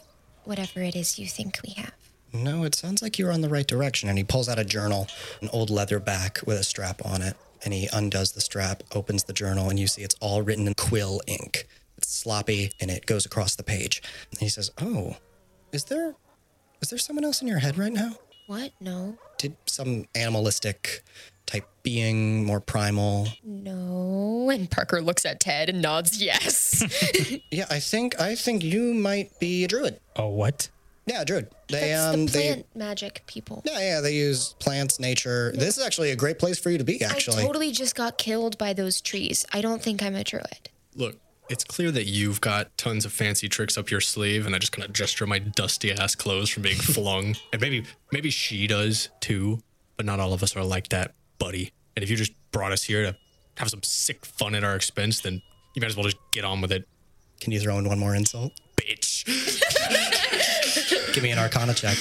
S5: whatever it is you think we have.
S1: No, it sounds like you're on the right direction. And he pulls out a journal, an old leather back with a strap on it. And he undoes the strap, opens the journal, and you see it's all written in quill ink. It's sloppy and it goes across the page. And he says, Oh, is there is there someone else in your head right now?
S5: What? No.
S1: Did some animalistic type being, more primal?
S5: No. And Parker looks at Ted and nods yes.
S1: Yeah, I think I think you might be a druid.
S3: Oh, what?
S1: Yeah, a druid. They <laughs>
S5: That's
S1: um
S5: the
S1: they
S5: plant magic people.
S1: yeah, yeah, they use plants, nature. This is actually a great place for you to be, actually.
S5: I totally just got killed by those trees. I don't think I'm a druid.
S4: Look, it's clear that you've got tons of fancy tricks up your sleeve, and I just kind of gesture my dusty ass clothes from <laughs> being flung. And maybe, maybe she does too, but not all of us are like that, buddy. And if you just brought us here to have some sick fun at our expense, then you might as well just get on with it,
S1: Can you throw in one more insult?
S4: bitch.
S1: Give me an Arcana check.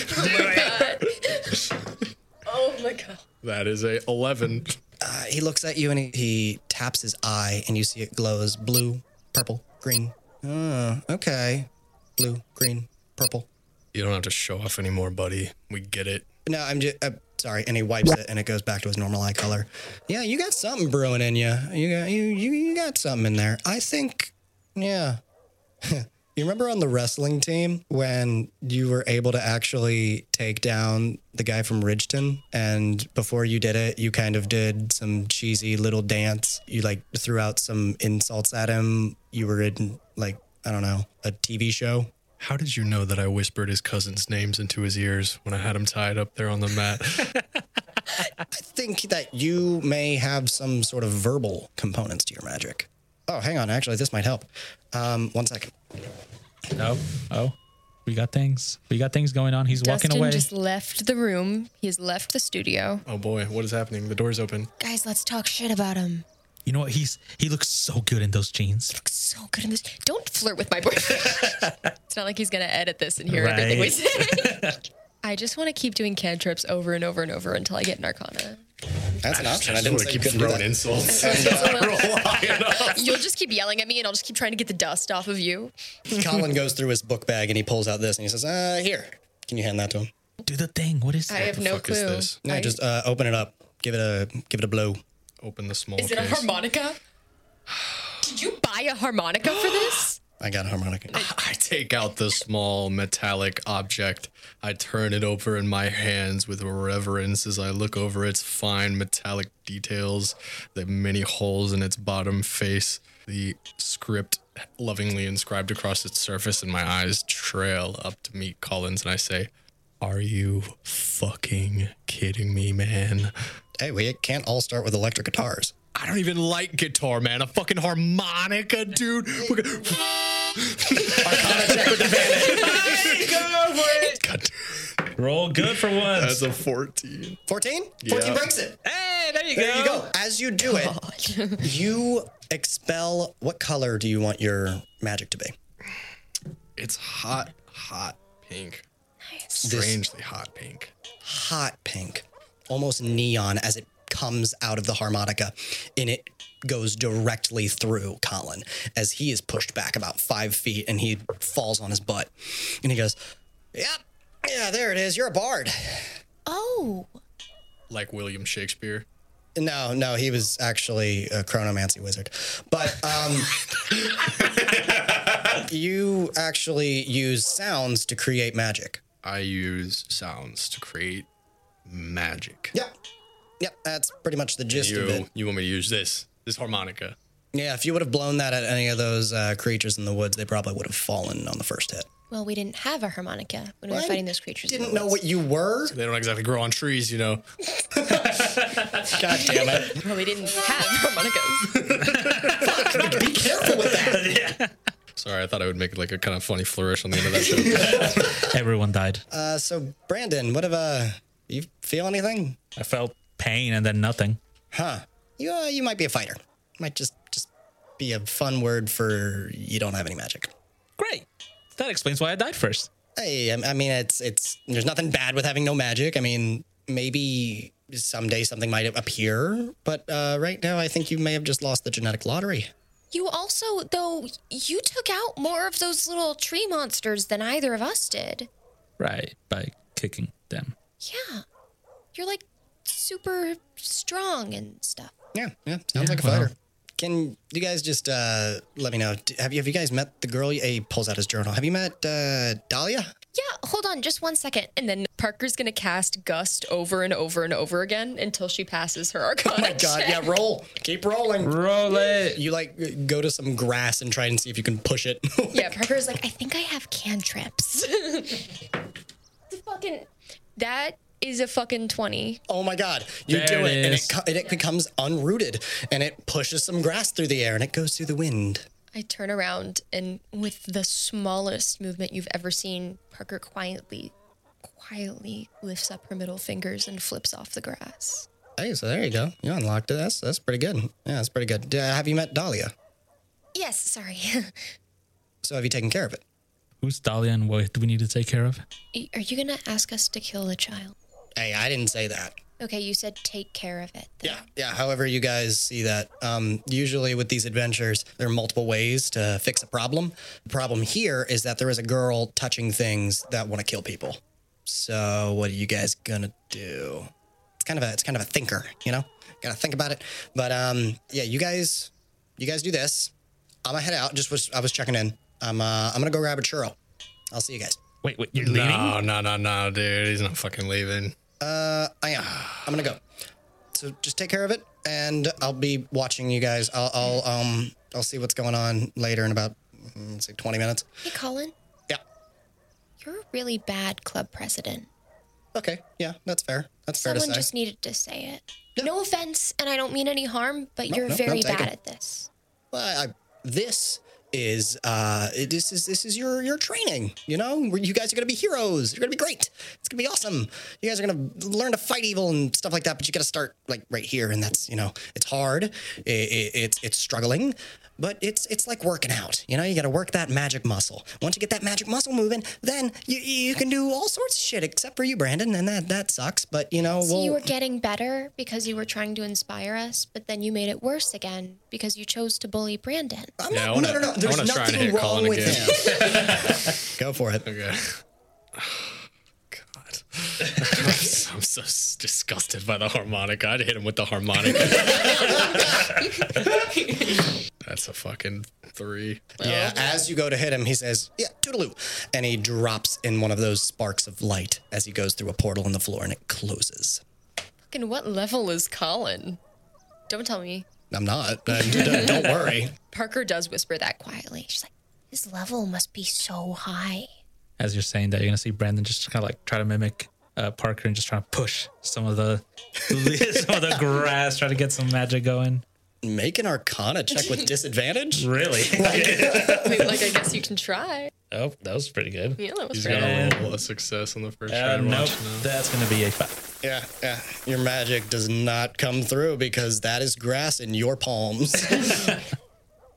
S4: That is a 11.
S1: Uh, <laughs> he looks at you and he, he taps his eye, and you see it glows blue, purple, green. Oh, okay. Blue, green, purple.
S4: You don't have to show off anymore, buddy. We get it.
S1: No, I'm just uh, sorry. And he wipes it, and it goes back to his normal eye color. Yeah, you got something brewing in you. You got you you, you got something in there. I think. Yeah. <laughs> you remember on the wrestling team when you were able to actually take down the guy from Ridgeton, and before you did it, you kind of did some cheesy little dance. You like threw out some insults at him. You were in like I don't know a TV show.
S4: How did you know that I whispered his cousin's names into his ears when I had him tied up there on the mat? <laughs>
S1: think that you may have some sort of verbal components to your magic. Oh, hang on. Actually, this might help. Um, one second.
S3: Oh, oh, we got things. We got things going on. He's
S5: Dustin
S3: walking away.
S5: just left the room. He has left the studio.
S4: Oh boy, what is happening? The door's open.
S5: Guys, let's talk shit about him.
S3: You know what? He's he looks so good in those jeans.
S5: So good in this. Don't flirt with
S1: <laughs>
S5: my boyfriend. it's not like he's gonna edit this and hear everything we
S3: Right.
S5: say.
S1: <laughs>
S5: I just want to keep doing cantrips over and over and over until I get an arcana.
S1: That's an option. I,
S4: I
S1: didn't
S4: want
S1: say
S4: to
S1: you
S4: keep
S1: couldn't do
S4: throwing
S1: that.
S4: insults.
S5: You'll just keep yelling at me, and I'll just keep trying to get the dust off of you.
S1: Colin goes through his book bag and he pulls out this and he says, uh, "Here, can you hand that to him?"
S3: Do the thing. What is
S5: I
S3: that?
S5: have no
S4: fuck is
S5: clue.
S4: this?
S1: No,
S5: I-
S1: just uh, open it up. Give it a give it a blow.
S4: Open the small
S5: is it a
S4: case.
S5: harmonica? Did you buy a harmonica for this?
S1: <gasps> I got a harmonica.
S4: <laughs> I take out the small metallic object. I turn it over in my hands with reverence as I look over its fine metallic details, the many holes in its bottom face, the script lovingly inscribed across its surface, and my eyes trail up to meet Collins, and I say, Are you fucking kidding me, man?
S1: Hey, we can't all start with electric guitars.
S4: I don't even like guitar, man. A fucking harmonica, dude. We're gonna- God,
S3: Roll good for
S4: that's
S3: once.
S4: a 14.
S1: 14? 14 breaks it.
S3: hey, there you go.
S1: There you go. As you do it, you expel what color do you want your magic to be?
S4: It's hot, hot pink.
S1: This-
S4: Strangely hot pink.
S1: hot pink, almost neon as it comes out of the harmonica and it goes directly through Colin as he is pushed back about five feet and he falls on his butt. And he goes, Yep, yeah, there it is. You're a bard.
S2: Oh,
S4: Like William Shakespeare.
S1: No, no, he was actually a chronomancy wizard. But um, <laughs> you actually use sounds to create magic.
S4: I use sounds to create magic.
S1: Yep. Yep, that's pretty much the gist of it.
S4: You, you want me to use this? This harmonica.
S1: Yeah, if you would have blown that at any of those uh, creatures in the woods, they probably would have fallen on the first hit.
S5: Well, we didn't have a harmonica when we
S1: I
S5: were fighting those creatures. in the
S1: Didn't know
S5: woods.
S1: what you were.
S4: They don't exactly grow on trees, you know.
S1: <laughs> God damn it!
S5: Well, we didn't have harmonicas.
S1: <laughs> Be careful with that.
S4: Sorry, I thought I would make like a kind of funny flourish on the end of that joke.
S3: Everyone died.
S1: Uh, so Brandon, what have uh, you feel anything?
S3: I felt pain and then nothing.
S1: Huh? You uh, you might be a fighter. Might just just be a fun word for you don't have any magic.
S3: Great. That explains why I died first.
S1: Hey, I, I mean it's it's there's nothing bad with having no magic. I mean maybe someday something might appear, but uh, right now I think you may have just lost the genetic lottery.
S2: you also though you took out more of those little tree monsters than either of us did.
S3: Right. By kicking them.
S2: Yeah, you're like super strong and stuff.
S1: Yeah, yeah, sounds like a
S3: well.
S1: fighter. Can you guys just uh, let me know? d- Have you have you guys met the girl? He pulls out his journal. Have you met uh, Dahlia?
S2: Yeah, hold on, just one second.
S5: and then Parker's gonna cast Gust over and over and over again until she passes her arcana.
S1: Oh My God, yeah, roll. Keep rolling.
S3: Roll it.
S1: You like go to some grass and try and see if you can push it. <laughs>
S5: Yeah, Parker's like, I think I have cantrips. <laughs> the fucking that is a fucking twenty.
S1: oh my God, you
S3: There
S1: do
S3: it
S1: it, and
S3: is.
S1: it co- and it becomes unrooted, and it pushes some grass through the air, and it goes through the wind.
S5: I turn around and with the smallest movement you've ever seen, Parker quietly, quietly lifts up her middle fingers and flips off the grass.
S1: Hey, so there you go. You unlocked it. That's that's pretty good. Yeah, that's pretty good. Uh, have you met Dahlia?
S2: Yes, sorry.
S1: So have you taken care of it?
S3: Who's Dahlia and what do we need to take care of?
S5: <laughs> Y- Are you gonna ask us to kill the child?
S1: Hey, I didn't say that.
S2: Okay, you said take care of it.
S1: Yeah, yeah. However, you guys see that. Um, usually, with these adventures, there are multiple ways to fix a problem. The problem here is that there is a girl touching things that want to kill people. So, what are you guys gonna do? It's kind of a it's kind of a thinker, you know. Gotta think about it. But um, yeah, you guys, you guys do this. I'm gonna head out. Just was I was checking in. I'm uh, I'm gonna go grab a churro. I'll see you guys.
S3: Wait, wait, you're
S4: no, no, no, no, dude. He's not fucking leaving.
S1: I am. Oh, I'm gonna go. So just take care of it, and I'll be watching you guys. I'll, I'll um I'll see what's going on later in about mm, say 20 minutes.
S2: Hey, Colin,
S1: Yeah.
S2: you're a really bad club president.
S1: Okay. Yeah, that's fair. That's fair
S2: Someone
S1: to say.
S2: just needed to say it. No offense, and I don't mean any harm, but
S1: No,
S2: you're
S1: no, no,
S2: very
S1: take
S2: bad
S1: it.
S2: at this.
S1: Well, I, this is uh, it- this is this is your your training. You know, Where you guys are gonna be heroes. You're gonna be great. It's gonna be awesome. You guys are gonna learn to fight evil and stuff like that. But you gotta start like right here, and that's you know, it's hard. It, it, it's it's struggling. But it's it's like working out, you know. You got to work that magic muscle. Once you get that magic muscle moving, then you you can do all sorts of shit. Except for you, Brandon, and that that sucks. But you know,
S5: So
S1: we'll,
S5: you were getting better because you were trying to inspire us, but then you made it worse again because you chose to bully Brandon.
S1: I'm
S4: Yeah, I
S1: not,
S4: wanna-
S1: no, no, no.
S4: I
S1: There's
S4: wanna try and
S1: nothing
S4: hit
S1: wrong
S4: Colin
S1: with
S4: again.
S1: him.
S4: <laughs>
S1: Go for it.
S4: Okay. God. I'm so, <laughs> I'm so s- disgusted by the harmonica. I'd hit him with the harmonica. That's a fucking three.
S1: Yeah, as you go to hit him, he says, Yeah, toodaloo. And he drops in one of those sparks of light as he goes through a portal in the floor and it closes.
S5: Fucking what level is Colin? Don't tell me.
S1: I'm not. but <laughs> don't, don't worry.
S5: Parker does whisper that quietly. She's like, his level must be so high.
S3: As you're saying that, you're gonna see Brandon just kind of like try to mimic uh, Parker and just trying to push some of the <laughs> some of the grass, try to get some magic going.
S1: Make an arcana check with disadvantage.
S3: Really?
S5: I mean, like, I guess you can try.
S3: <laughs> oh, that was pretty good.
S5: Yeah, that was
S4: He's
S5: pretty
S4: gonna
S3: And-
S4: roll a success on the first try.
S3: Uh,
S4: to
S3: nope,
S4: watch now.
S3: that's gonna be a five.
S1: Yeah, yeah. Your magic does not come through because that is grass in your palms.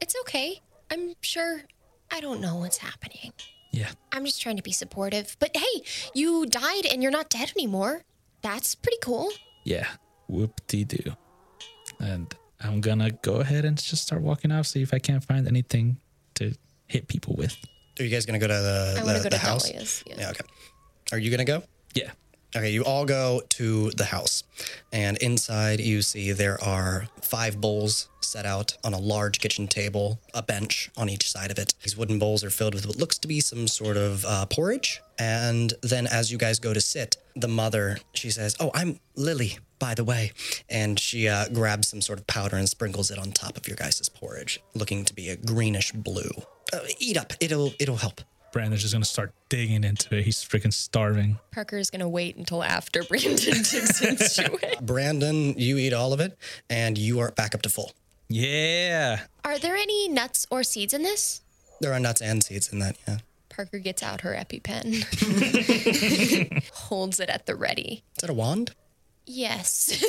S5: It's okay. I'm sure. I don't know what's happening.
S3: Yeah.
S5: I'm just trying to be supportive. But hey, you died and you're not dead anymore. That's pretty cool.
S3: Yeah. Whoop de doo. And I'm gonna go ahead and just start walking off, see if I can't find anything to hit people with.
S1: <laughs> Are you guys going to go to the,
S5: I
S1: the,
S5: want to go
S1: the
S5: to
S1: house?
S5: Dahlia's. Yeah.
S1: Yeah, okay. Are you going to go?
S3: Yeah.
S1: Okay, you all go to the house, and inside you see there are five bowls set out on a large kitchen table, a bench on each side of it. These wooden bowls are filled with what looks to be some sort of uh, porridge. And then as you guys go to sit, the mother, she says, Oh, I'm Lily, by the way. And she uh, grabs some sort of powder and sprinkles it on top of your guys' porridge, looking to be a greenish blue. Uh, eat up, it'll, it'll help.
S3: Brandon's just gonna start digging into it. He's freaking starving.
S5: Parker's going to wait until after <laughs> Brandon digs into it.
S1: Brandon, you eat all of it, and you are back up to full.
S3: Yeah.
S5: Are there any nuts or seeds in this?
S1: There are nuts and seeds in that, yeah.
S5: Parker gets out her
S1: <laughs>
S5: EpiPen, holds it at the ready.
S1: Is that a wand?
S5: <laughs> Yes.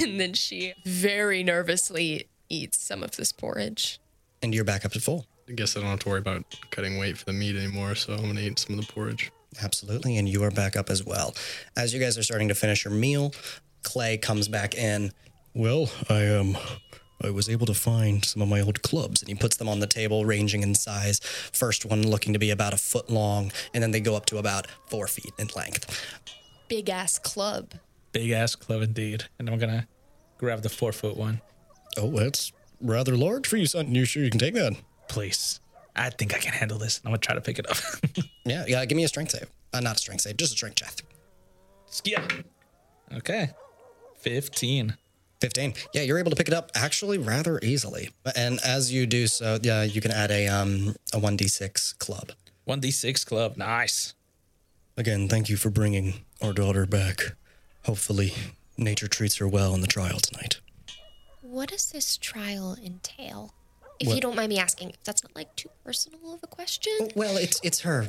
S5: and then she very nervously eats some of this porridge.
S1: And you're back up to full.
S4: I guess I don't have to worry about cutting weight for the meat anymore, so I'm gonna eat some of the porridge.
S1: Absolutely. And you are back up as well. As you guys are starting to finish your meal, Clay comes back in. Well, I um I was able to find some of my old clubs and he puts them on the table ranging in size. First one looking to be about a foot long, and then they go up to about four feet in length.
S5: Big ass club.
S3: Big ass club indeed. And I'm gonna grab the four foot one.
S1: Oh, that's rather large for you, son. You sure you can take that?
S3: Please. I think I can handle this. I'm gonna try to pick it up. <laughs>
S1: Yeah, yeah, give me a strength save. Uh, not a strength save, just a strength check.
S3: yeah. Okay. 15.
S1: 15. Yeah, you're able to pick it up actually rather easily. And as you do so, yeah, you can add a um a 1d6 club.
S3: 1d6 club. Nice.
S1: Again, thank you for bringing our daughter back. Hopefully, nature treats her well in the trial tonight.
S5: What does this trial entail? If
S1: What-
S5: you don't mind me asking, if that's not like too personal of a question.
S1: Well, it's it's her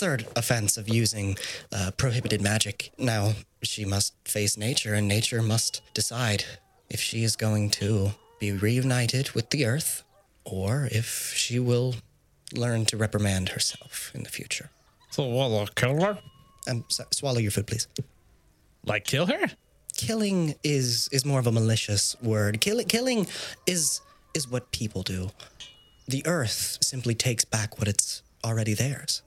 S1: third offense of using uh, prohibited magic. Now she must face nature, and nature must decide if she is going to be reunited with the earth, or if she will learn to reprimand herself in the future.
S3: So what, like kill her?
S1: Um, so, swallow your food, please.
S3: Like kill her?
S1: Killing is is more of a malicious word. Kill, killing is is what people do. The earth simply takes back what it's already theirs.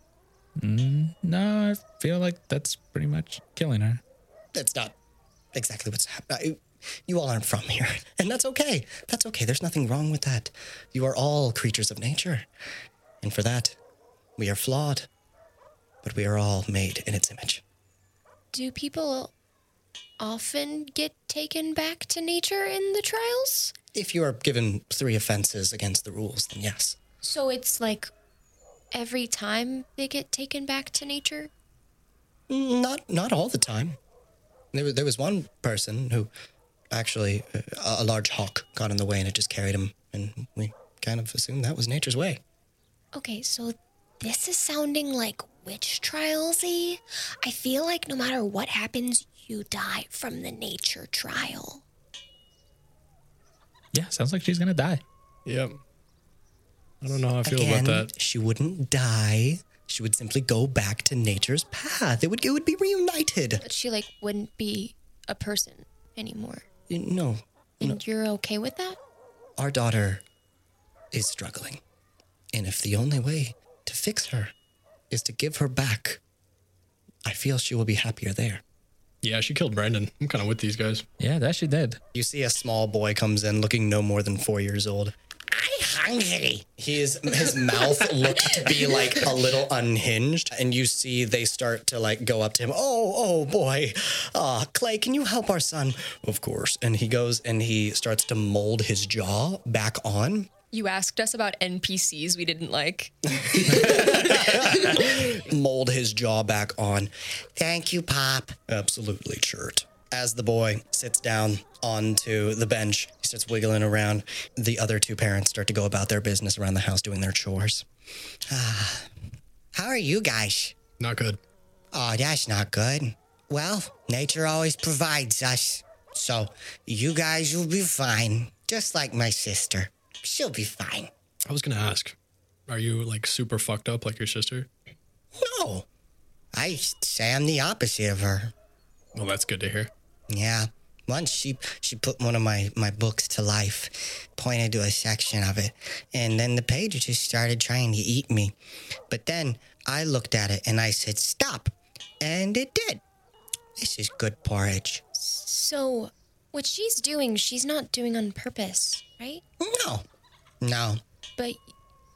S3: No, I feel like that's pretty much killing her.
S1: That's not exactly what's happening. You all aren't from here, <laughs> and that's okay. That's okay. There's nothing wrong with that. You are all creatures of nature, and for that, we are flawed, but we are all made in its image.
S5: Do people often get taken back to nature in the trials?
S1: If you are given three offenses against the rules, then yes.
S5: So it's like every time they get taken back to nature?
S1: Not not all the time. There was, there was one person who actually uh, a, a large hawk got in the way and it just carried him and we kind of assumed that was nature's way.
S2: Okay, so this is sounding like witch trialsy. I feel like no matter what happens, you die from the nature trial.
S3: Yeah, sounds like she's gonna die.
S4: Yep. I don't know how I feel
S1: Again,
S4: about that.
S1: she wouldn't die. She would simply go back to nature's path. It would it would be reunited.
S2: But she like wouldn't be a person anymore.
S1: You- No,
S2: And you're okay with that?
S1: our daughter is struggling. And if the only way to fix her is to give her back, I feel she will be happier there.
S4: Yeah, she killed Brandon. I'm kind of with these guys.
S3: Yeah, that she did.
S1: You see a small boy comes in looking no more than four years old. I'm hungry. His his mouth looked to be like a little unhinged, and you see they start to like go up to him. Oh, oh boy, uh, Clay, can you help our son? Of course. And he goes and he starts to mold his jaw back on.
S2: You asked us about NPCs we didn't like.
S1: mold his jaw back on. Thank you, Pop. Absolutely, chert. As the boy sits down onto the bench, he starts wiggling around. The other two parents start to go about their business around the house doing their chores. <sighs> Ah, how are you guys?
S4: Not good.
S1: Oh, that's not good. Well, nature always provides us. So you guys will be fine, just like my sister. She'll be fine.
S4: I was gonna ask, are you like super fucked up like your sister?
S1: No, I say I'm the opposite of her.
S4: Well, that's good to hear.
S1: Yeah. Once she she put one of my my books to life, pointed to a section of it, and then the page just started trying to eat me. But then I looked at it and I said, "Stop!" And it did. This is good porridge.
S2: So, what she's doing, she's not doing on purpose, right?
S1: No, no.
S2: But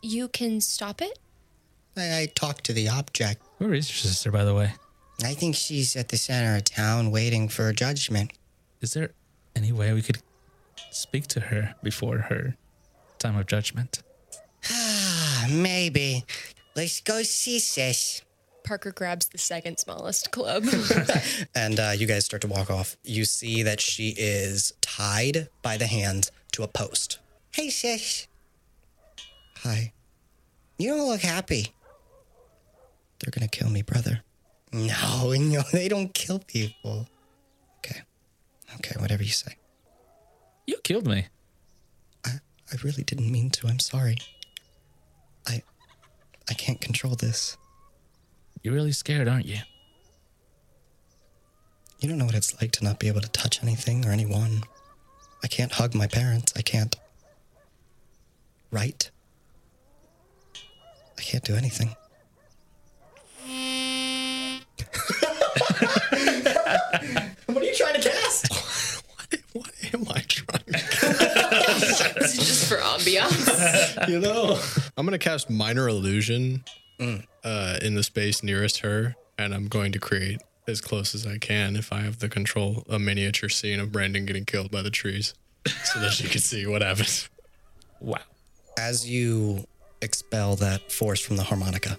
S2: you can stop it?
S1: I, I talked to the object.
S3: Where is your sister, by the way?
S1: I think she's at the center of town waiting for judgment.
S3: Is there any way we could speak to her before her time of judgment?
S1: Ah, maybe. Let's go see sis.
S2: Parker grabs the second smallest
S1: <laughs>
S2: club.
S1: and uh, you guys start to walk off. You see that she is tied by the hands to a post. Hey, sis. Hi. You don't look happy. They're gonna kill me, brother. No, <laughs> no, they don't kill people. Okay. Okay, whatever you say.
S3: You killed me.
S1: I really didn't mean to. I'm sorry. I I can't control this.
S3: You're really scared, aren't you?
S1: You don't know what it's like to not be able to touch anything or anyone. I can't hug my parents. I can't write. I can't do anything. what are you trying to cast?
S4: What am I trying?
S2: Just for ambiance.
S4: you know, <laughs> I'm gonna cast minor illusion uh, in the space nearest her, and I'm going to create as close as I can, if I have the control, a miniature scene of Brandon getting killed by the trees, so that she can see what happens.
S3: Wow.
S1: As you expel that force from the harmonica,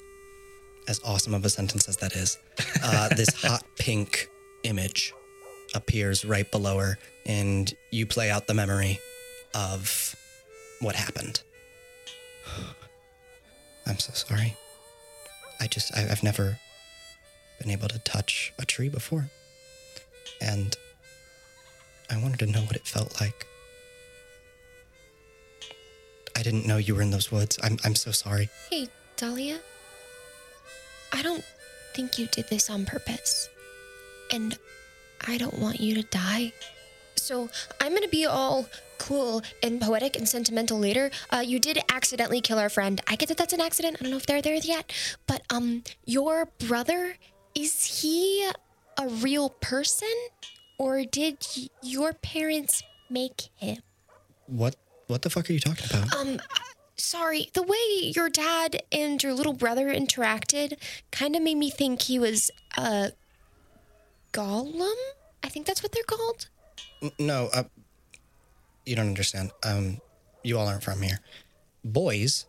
S1: as awesome of a sentence as that is, uh, this hot pink image appears right below her, and you play out the memory of what happened. <sighs> I'm so sorry. I just, I, I've never been able to touch a tree before. And I wanted to know what it felt like. I didn't know you were in those woods. I'm, I'm so sorry.
S2: hey, Dahlia. I don't think you did this on purpose. And I don't want you to die. So, I'm gonna be all cool and poetic and sentimental later. Uh, you did accidentally kill our friend. I get that that's an accident. I don't know if they're there yet. But, um, your brother, is he a real person? Or did y- your parents make him?
S1: What what the fuck are you talking about?
S2: Um, sorry. The way your dad and your little brother interacted kind of made me think he was a golem. I think that's what they're called.
S1: no, uh, you don't understand. Um, you all aren't from here. Boys,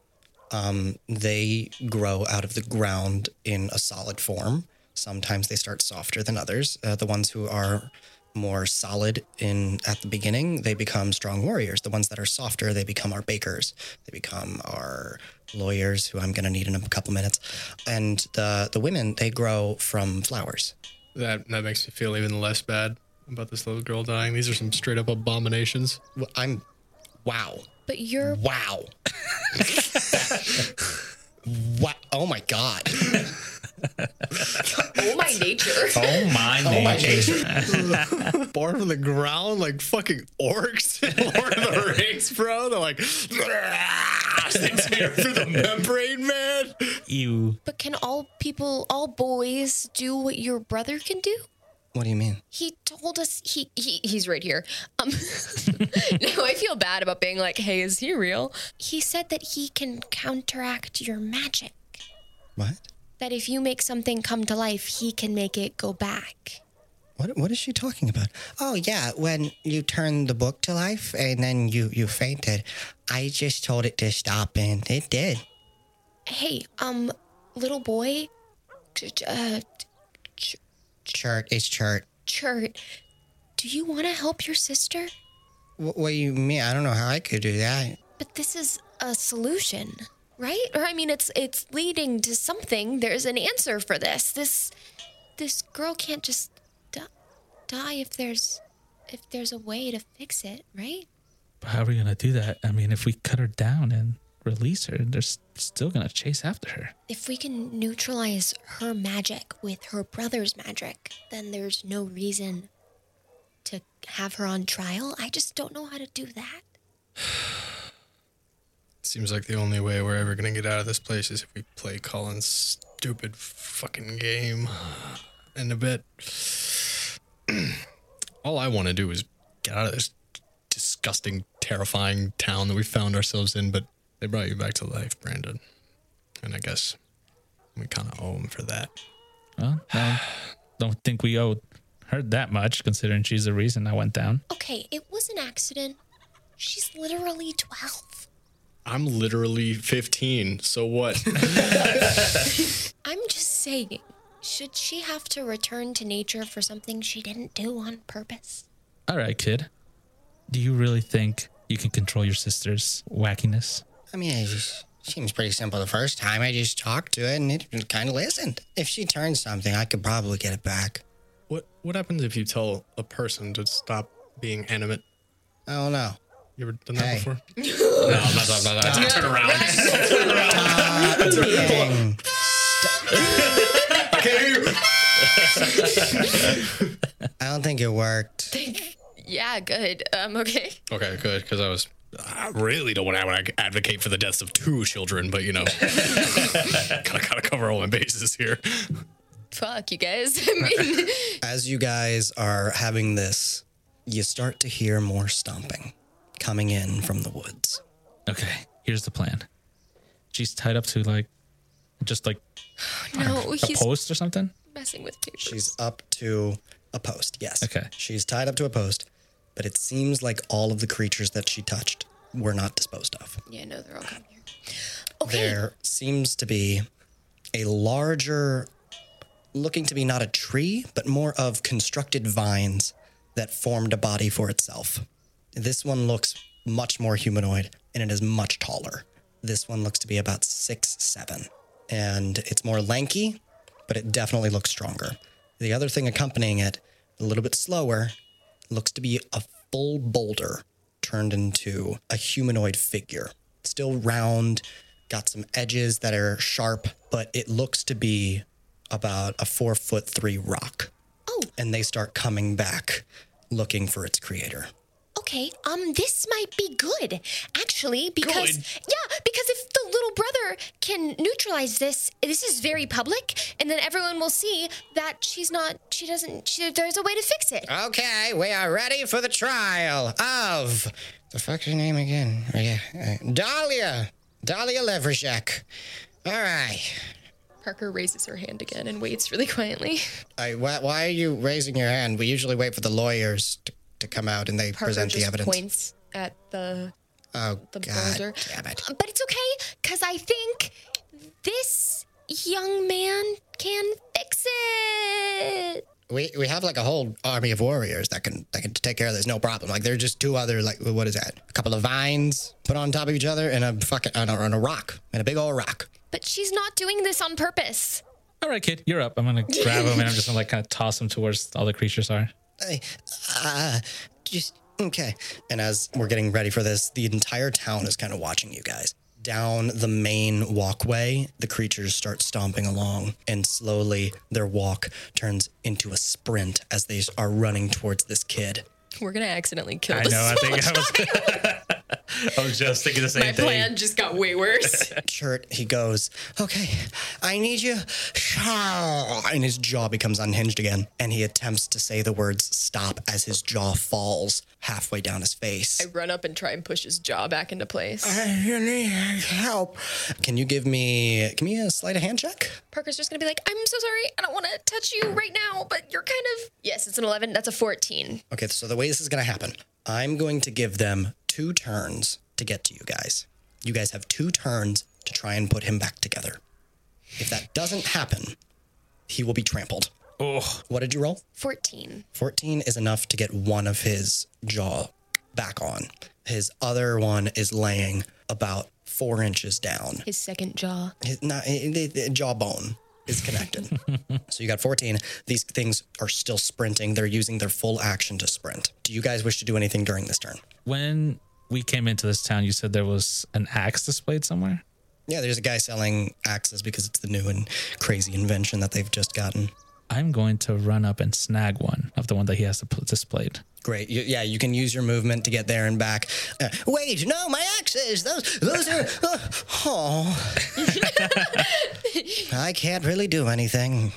S1: um, they grow out of the ground in a solid form. Sometimes they start softer than others. Uh, the ones who are more solid in at the beginning, they become strong warriors. The ones that are softer, they become our bakers. They become our lawyers, who I'm going to need in a couple minutes. And the the women, they grow from flowers.
S4: That that makes me feel even less bad about this little girl dying. These are some straight up abominations.
S1: Well, I'm, wow,
S2: But you're
S1: wow, <laughs> wow. Oh my god.
S2: oh my nature.
S7: Oh my
S1: Oh my
S7: nature.
S4: Born from the ground like fucking orcs in Lord of the Rings, bro. They're like <laughs> sticks me through the membrane, man.
S3: You.
S2: But can all people, all boys, do what your brother can do?
S1: What do you mean?
S2: He told us he, he he's right here. Um, <laughs> now I feel bad about being like, hey, is he real? He said that he can counteract your magic.
S1: What?
S2: That if you make something come to life, he can make it go back.
S1: What, what is she talking about? Oh yeah, when you turned the book to life and then you you fainted, I just told it to stop and it did.
S2: Hey, um, little boy, ch- ch- uh,
S1: Chert is chert.
S2: Chert, do you want to help your sister?
S1: What, what do you mean? I don't know how I could do that.
S2: But this is a solution, right? Or I mean, it's it's leading to something. There's an answer for this. This this girl can't just di- die if there's if there's a way to fix it, right?
S3: But how are we gonna do that? I mean, if we cut her down and release her, they're s- still gonna chase after her.
S2: If we can neutralize her magic with her brother's magic, then there's no reason to have her on trial. I just don't know how to do that.
S4: Seems like the only way we're ever gonna get out of this place is if we play Colin's stupid fucking game in a bit. <clears throat> All I want to do is get out of this disgusting, terrifying town that we found ourselves in, but they brought you back to life, Brandon. And I guess we kind of owe them for that.
S3: Well, no, don't think we owe her that much, considering she's the reason I went down.
S2: Okay, it was an accident. She's literally 12.
S4: I'm literally 15, so
S7: <laughs>
S4: what?
S2: I'm just saying, should she have to return to nature for something she didn't do on purpose?
S3: All right, kid. Do you really think you can control your sister's wackiness?
S1: I mean, it just seems pretty simple the first time. I just talked to it and it kind of listened. If she turns something, I could probably get it back.
S4: what What happens if you tell a person to stop being animate?
S1: I don't know.
S4: You ever done that
S1: Hey.
S4: before?
S7: No, I'm not talking about that. Turn
S1: <laughs>
S7: around.
S1: Dang. I don't think it worked.
S2: Yeah, good. Um, okay.
S4: Okay, good, because I was. I really don't want to advocate for the deaths of two children, but you know, <laughs> gotta gotta cover all my bases here.
S2: Fuck, you guys.
S1: <laughs>
S2: <laughs> I mean,
S1: as you guys are having this, you start to hear more stomping coming in from the woods.
S3: Okay, here's the plan. She's tied up to like, just like
S2: no,
S3: a
S2: he's
S3: post or something.
S2: messing with papers.
S1: She's up to a post, yes.
S3: Okay.
S1: She's tied up to a post, but it seems like all of the creatures that she touched were not disposed of.
S2: yeah, no, they're all coming here. Okay.
S1: There seems to be a larger, looking to be not a tree, but more of constructed vines that formed a body for itself. This one looks much more humanoid and it is much taller. This one looks to be about six, seven, and it's more lanky, but it definitely looks stronger. The other thing accompanying it, a little bit slower, looks to be a full boulder turned into a humanoid figure. Still round, got some edges that are sharp, but it looks to be about a four foot three rock.
S2: Oh.
S1: And they start coming back looking for its creator.
S2: Okay, um, this might be good, actually, because yeah, because if the little brother can neutralize this, this is very public, and then everyone will see that she's not, she doesn't, she, there's a way to fix it.
S1: Okay, we are ready for the trial of. The fuck's your name again? Oh, yeah. uh, Dahlia. Dahlia Levershek. All right.
S2: Parker raises her hand again and waits really quietly.
S1: I, why, why are you raising your hand? We usually wait for the lawyers to, to come out and they
S2: Parker
S1: present the
S2: just
S1: evidence.
S2: points at the
S1: oh,
S2: the
S1: God
S2: boulder.
S1: damn it.
S2: But it's okay, because I think this young man can fix it.
S1: we we have like a whole army of warriors that can that can take care of this no problem. Like they're just two other like what is that? A couple of vines put on top of each other and a fucking on a, on a rock and a big old rock.
S2: But she's not doing this on purpose.
S3: All right, kid, you're up. I'm gonna grab him and I'm just gonna like kind of toss him towards all the creatures are.
S1: Hey, uh, just okay. And as we're getting ready for this, the entire town is kind of watching you guys. Down the main walkway, the creatures start stomping along, and slowly their walk turns into a sprint as they are running towards this kid.
S5: We're gonna accidentally kill
S3: I
S5: this.
S2: <laughs>
S3: know. I think I was. <laughs> I was just thinking the same
S5: My
S3: thing.
S5: plan just got way
S1: <laughs>
S5: worse.
S1: Chert, he goes, Okay, I need you. And his jaw becomes unhinged again, and he attempts to say the words stop as his jaw falls halfway down his face.
S5: I run up and try and push his jaw back into place.
S1: You need help. Can you give me? Can you slide a hand check?
S5: Parker's just gonna be like, I'm so sorry. I don't wanna touch you right now, but you're kind of. Yes, it's an 11. That's a 14.
S1: Okay, so the way this is gonna happen, I'm going to give them two turns to get to you guys. You guys have two turns to try and put him back together. If that doesn't happen, he will be trampled.
S3: Oh,
S1: What did you roll?
S2: 14.
S1: 14 is enough to get one of his jaw back on. His other one is laying about four inches down.
S5: His second jaw.
S1: his not eh, the, the jawbone is connected. so you got 14. These things are still sprinting. They're using their full action to sprint. Do you guys wish to do anything during this turn?
S3: when we came into this town, you said there was an axe displayed somewhere.
S1: Yeah, there's a guy selling axes because it's the new and crazy invention that they've just gotten.
S3: I'm going to run up and snag one of the one that he has pl- displayed.
S1: Great. You, yeah, you can use your movement to get there and back. Uh, wait, no, my axes. Those, those are. uh, oh, <laughs> I can't really do anything.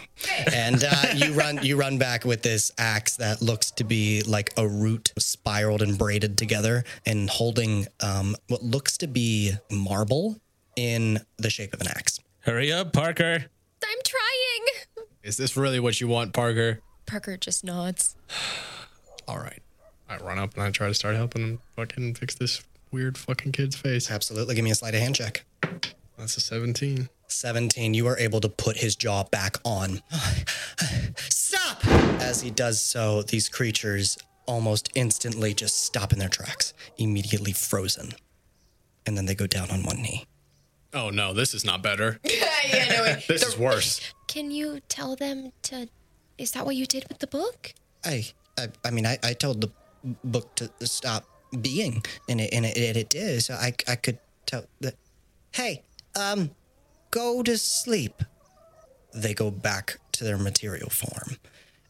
S1: And uh, you run, you run back with this axe that looks to be like a root spiraled and braided together, and holding um, what looks to be marble in the shape of an axe.
S3: Hurry up, Parker.
S2: I'm trying.
S4: Is this really what you want, Parker?
S5: Parker just nods.
S4: All right. I run up and I try to start helping him fucking fix this weird fucking kid's face.
S1: Absolutely. Give me a sleight of hand check.
S4: That's a 17.
S1: 17, you are able to put his jaw back on. stop! As he does so, these creatures almost instantly just stop in their tracks, immediately frozen. And then they go down on one knee.
S4: Oh no, this is not better.
S5: <laughs> yeah, no, wait.
S4: This is worse.
S2: Can you tell them to. Is that what you did with the book?
S1: I, I, I mean, I, I told the book to stop being, and it, and it, and it did, so I, I could tell the. Hey, um, go to sleep. They go back to their material form,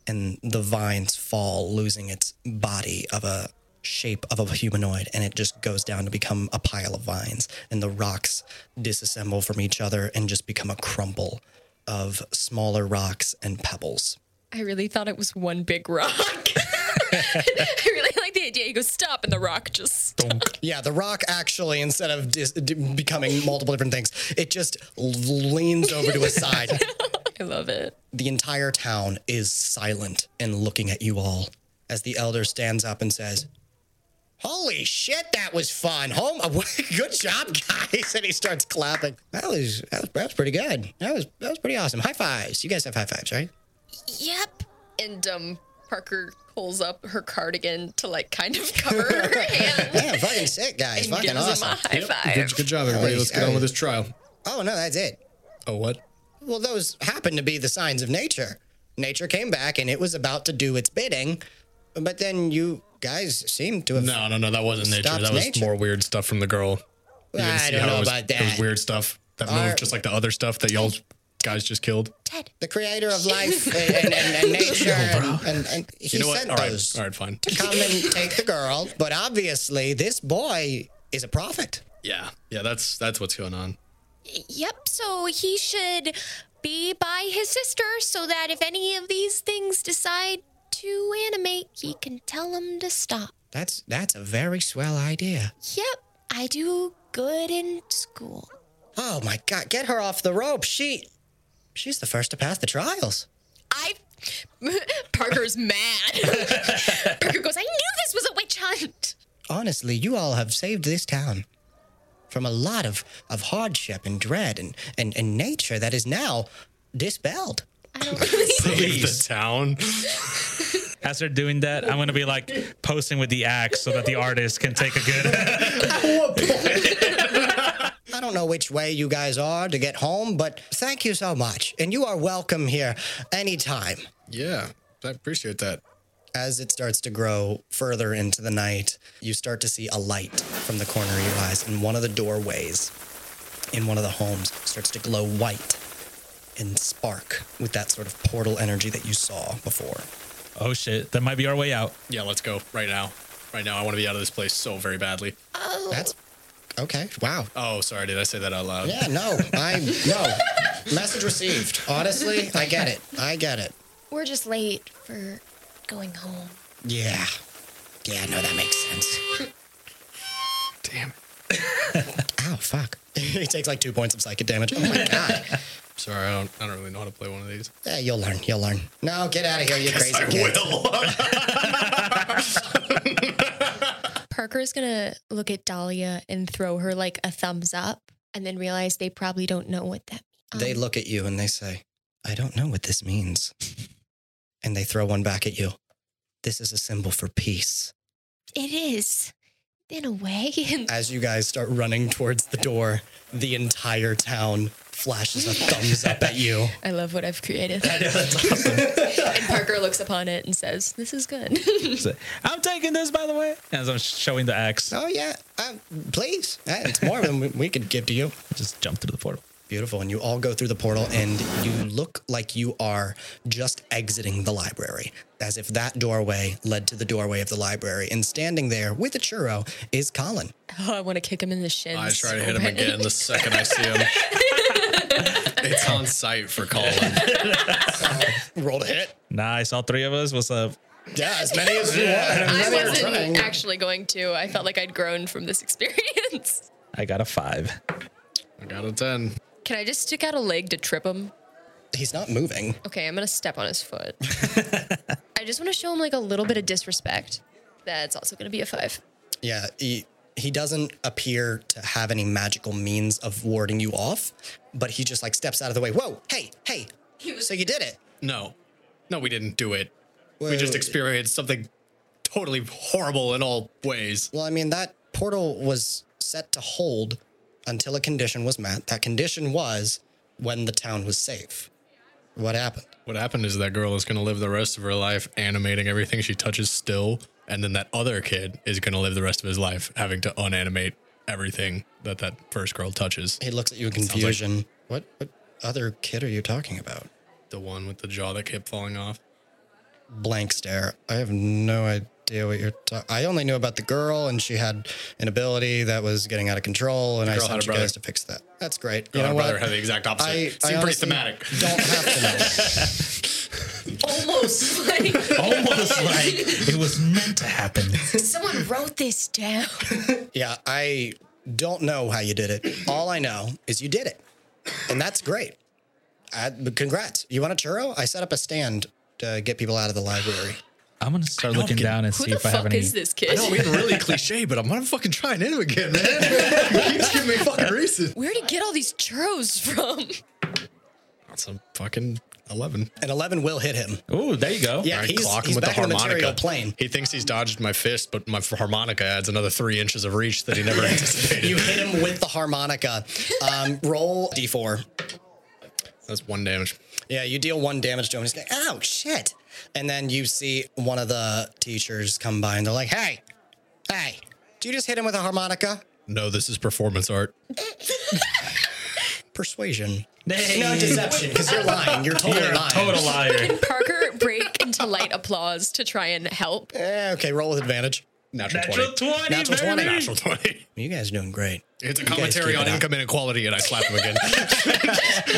S1: and the vines fall, losing its body of a shape of a humanoid, and it just goes down to become a pile of vines, and the rocks disassemble from each other and just become a crumble of smaller rocks and pebbles.
S5: I really thought it was one big rock. <laughs> I really like the idea. He goes, stop, and the rock just.
S1: Yeah, the rock actually, instead of dis- d- becoming multiple different things, it just l- leans over to a
S5: <laughs>
S1: side.
S5: I love it.
S1: the entire town is silent and looking at you all as the elder stands up and says, Holy shit, that was fun. Home, <laughs> good job, guys. And he starts clapping. That was, that was, that was pretty good. That was, that was pretty awesome. High fives. You guys have high fives,
S5: <laughs>
S1: right?
S2: Yep.
S5: And um, Parker pulls up her cardigan to like kind of cover <laughs> her hand
S1: Yeah, fucking sick, guys.
S5: and
S1: fucking
S5: gives him
S1: awesome.
S5: a <laughs> high five.
S4: Good, good job, everybody. Let's get on with this trial.
S1: Oh, no, that's it.
S4: Oh, what?
S1: Well, those happen to be the signs of nature. Nature came back and it was about to do its bidding, but then you guys seem to have.
S4: No, no, no. That wasn't nature.
S1: Stopped
S4: That was
S1: nature.
S4: more weird stuff from the girl. You didn't
S1: I
S4: see
S1: don't
S4: how it
S1: know
S4: was-
S1: about
S4: It was
S1: that.
S4: weird stuff that moved
S1: Our-
S4: just like the other stuff that y'all guys just killed.
S1: The creator of
S4: <laughs>
S1: life and, and, and, and nature, and, and, and he
S4: You know what?
S1: sent
S4: All right,
S1: those
S4: all right, fine.
S1: to come and take the girl. But obviously, this boy is a prophet.
S4: <laughs> Yeah, yeah. That's that's what's going
S1: <laughs>
S4: on.
S2: Yep. So he should be by his sister so that if any of these things decide to animate, he can tell them to stop.
S1: That's that's a very swell idea.
S2: Yep. I do good in school.
S1: Oh my God! Get her off the rope. She, she's the first to pass the trials.
S5: I <laughs> Parker's <laughs> mad. Parker goes, I knew this was a witch hunt.
S1: honestly, you all have saved this town from a lot of, of hardship and dread and, and, and nature that is now dispelled.
S5: I don't.
S4: Leave the
S1: <laughs>
S4: town.
S3: As they're doing that, I'm gonna be like posting with the axe so that the artist can take a good. <laughs>
S1: I don't know which way you guys are to get home, but thank you so much. And you are welcome here anytime.
S4: Yeah, I appreciate that.
S1: As it starts to grow further into the night, you start to see a light from the corner of your eyes, and one of the doorways in one of the homes starts to glow white and spark with that sort of portal energy that you saw before.
S3: oh shit, that might be our way out.
S4: Yeah, let's go right now. Right now, I want to be out of this place so very badly.
S1: That's okay. Wow.
S4: Oh, sorry, did I say that out loud?
S1: Yeah, no, I no. Message received. Honestly, I get it. I get it.
S5: We're just late for going home.
S1: Yeah. Yeah, no, that makes sense.
S4: Damn. it.
S1: <laughs> Ow, fuck. he takes like two points of psychic damage. Oh my god.
S4: Sorry, I don't. I don't really know how to play one of these.
S1: Yeah, you'll learn. You'll learn. No, get out of here, you crazy kid.
S4: Will.
S5: Parker's gonna look at Dahlia and throw her like a thumbs up, and then realize they probably don't know what that. means.
S1: They look at you and they say, I don't know what this means. And they throw one back at you. This is a symbol for peace.
S5: It is, in a way. <laughs>
S1: As you guys start running towards the door, the entire town flashes a thumbs up at you.
S5: I love what I've created. <laughs> and Parker looks upon it and says, "This is good." <laughs>
S3: So, I'm taking this, by the way. As I'm showing the
S1: <laughs>
S3: axe,
S1: Oh, yeah. Um, please. Uh, It's more than we- we could give to you.
S3: just jump through the portal.
S1: Beautiful. And you all go through the portal and you look like you are just exiting the library, as if that doorway led to the doorway of the library. And standing there with a churro is Colin.
S5: oh, I want to kick him in the shins.
S4: I try to
S5: so
S4: hit him
S5: bad. <laughs>
S4: again the second I
S1: <laughs>
S4: see him. it's on site for Colin.
S1: Roll to hit.
S3: Nice, all three of us. What's up?
S1: <laughs> Yeah, as many as you want.
S5: I
S1: Many are
S5: wasn't
S1: trying.
S5: actually going to. I felt like I'd grown from this <laughs> experience.
S3: I got a five.
S4: I got a ten.
S5: Can I just stick out a leg to trip him?
S1: He's not moving.
S5: Okay, I'm gonna step on his
S3: <laughs>
S5: foot. I just want to show him like a little bit of disrespect. That's also gonna be a five.
S1: Yeah, he, he doesn't appear to have any magical means of warding you off, but he just like steps out of the way. Whoa, hey, hey. so you did it.
S4: No, no, we didn't do it. we just experienced something totally horrible in all ways.
S1: Well, I mean, that portal was set to hold until a condition was met. That condition was when the town was safe. What happened?
S4: What happened is that girl is going to live the rest of her life animating everything she touches still, and then that other kid is going to live the rest of his life having to unanimate everything that that first girl touches.
S1: He looks at you in
S4: like-
S1: confusion. what, what other kid are you talking about?
S4: The one with the jaw that kept falling off.
S1: Blank stare. I have no idea what you're talking I only knew about the girl, and she had an ability that was getting out of control, and I
S4: girl had
S1: sent
S4: a
S1: you
S4: brother.
S1: guys to fix that. That's great.
S4: Girl
S1: you
S4: and
S1: know
S4: brother
S1: what?
S4: had the exact opposite.
S1: I,
S4: Seemed
S1: I
S4: pretty
S1: honestly
S4: thematic.
S1: don't have to know.
S4: <laughs>
S5: Almost like
S3: <laughs> Almost like it was meant to happen.
S5: someone wrote this down.
S1: Yeah, I don't know how you did it. All I know is you did it, and that's great. I, congrats. You want a churro? I set up a stand to get people out of the library.
S3: I'm gonna start looking down and
S5: Who
S3: see
S5: the
S3: if I have
S5: fuck
S3: any.
S5: is this kid?
S4: I know I'm getting really cliche, but I'm not fucking trying into again, man. <laughs> He's giving me fucking reason.
S5: Where'd he get all these churros from? <laughs>
S4: That's a fucking eleven.
S1: An eleven will hit him.
S3: Ooh, there you go.
S1: Yeah,
S4: I
S1: he's,
S4: clock him
S1: he's
S4: with the
S1: back in the material
S4: harmonica.
S1: plane.
S4: He thinks he's dodged my fist, but my f- harmonica adds another three inches of reach that he <laughs> never anticipated.
S1: You hit him with the harmonica. Um, roll d4.
S4: That's one damage.
S1: Yeah, you deal one damage to him. He's like, "Ouch, shit!" And then you see one of the teachers come by, and they're like, "Hey, hey, do you just hit him with a harmonica?"
S4: No, this is performance art.
S1: Persuasion.
S3: Hey.
S1: No deception, because you're lying. <laughs> You're totally
S3: You're a
S1: lying.
S3: total liar.
S5: Parker break into light applause to try and help.
S1: Eh, okay, roll with advantage.
S4: Natural,
S3: Natural
S4: 20.
S3: 20,
S1: Natural 20.
S3: baby.
S4: Natural 20.
S1: You guys are doing great.
S4: It's a
S1: guys
S4: commentary
S1: keep it
S4: on
S1: up.
S4: income inequality, and I slap him again. <laughs>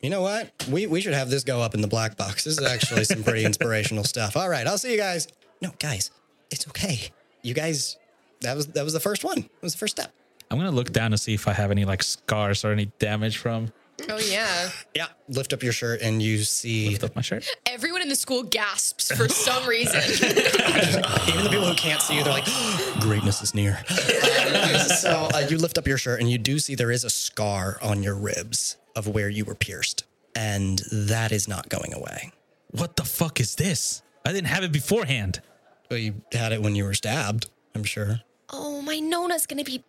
S1: You know what? We we should have this go up in the black box. This is actually some
S4: <laughs>
S1: pretty inspirational stuff. All right, I'll see you guys. No, guys, it's okay. You guys, that was that was the first one. It was the first step.
S3: I'm gonna look down to see if I have any like scars or any damage from
S5: Oh yeah.
S1: Yeah. Lift up your shirt and you see
S3: lift up my shirt.
S5: Everyone in the school gasps for some
S1: <laughs>
S5: reason.
S1: even the people who can't see you. They're like, <gasps> greatness is near. Um, so uh, you lift up your shirt and you do see there is a scar on your ribs of where you were pierced. and that is not going away.
S3: What the fuck is this? I didn't have it beforehand.
S1: But you had it when you were stabbed, I'm sure.
S5: Oh, my Nona's gonna be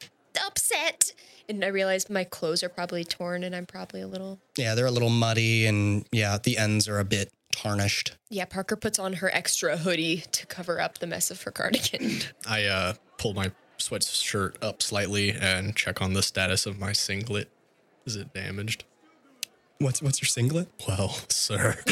S5: upset. And I realized my clothes are probably torn and I'm probably a little.
S1: Yeah, they're a little muddy and yeah, the ends are a bit tarnished.
S5: Yeah, Parker puts on her extra hoodie to cover up the mess of her cardigan. <laughs>
S4: I uh, pull my sweatshirt up slightly and check on the status of my singlet. Is it damaged?
S1: What's what's your singlet?
S4: Well, <laughs> sir,
S1: No, <laughs>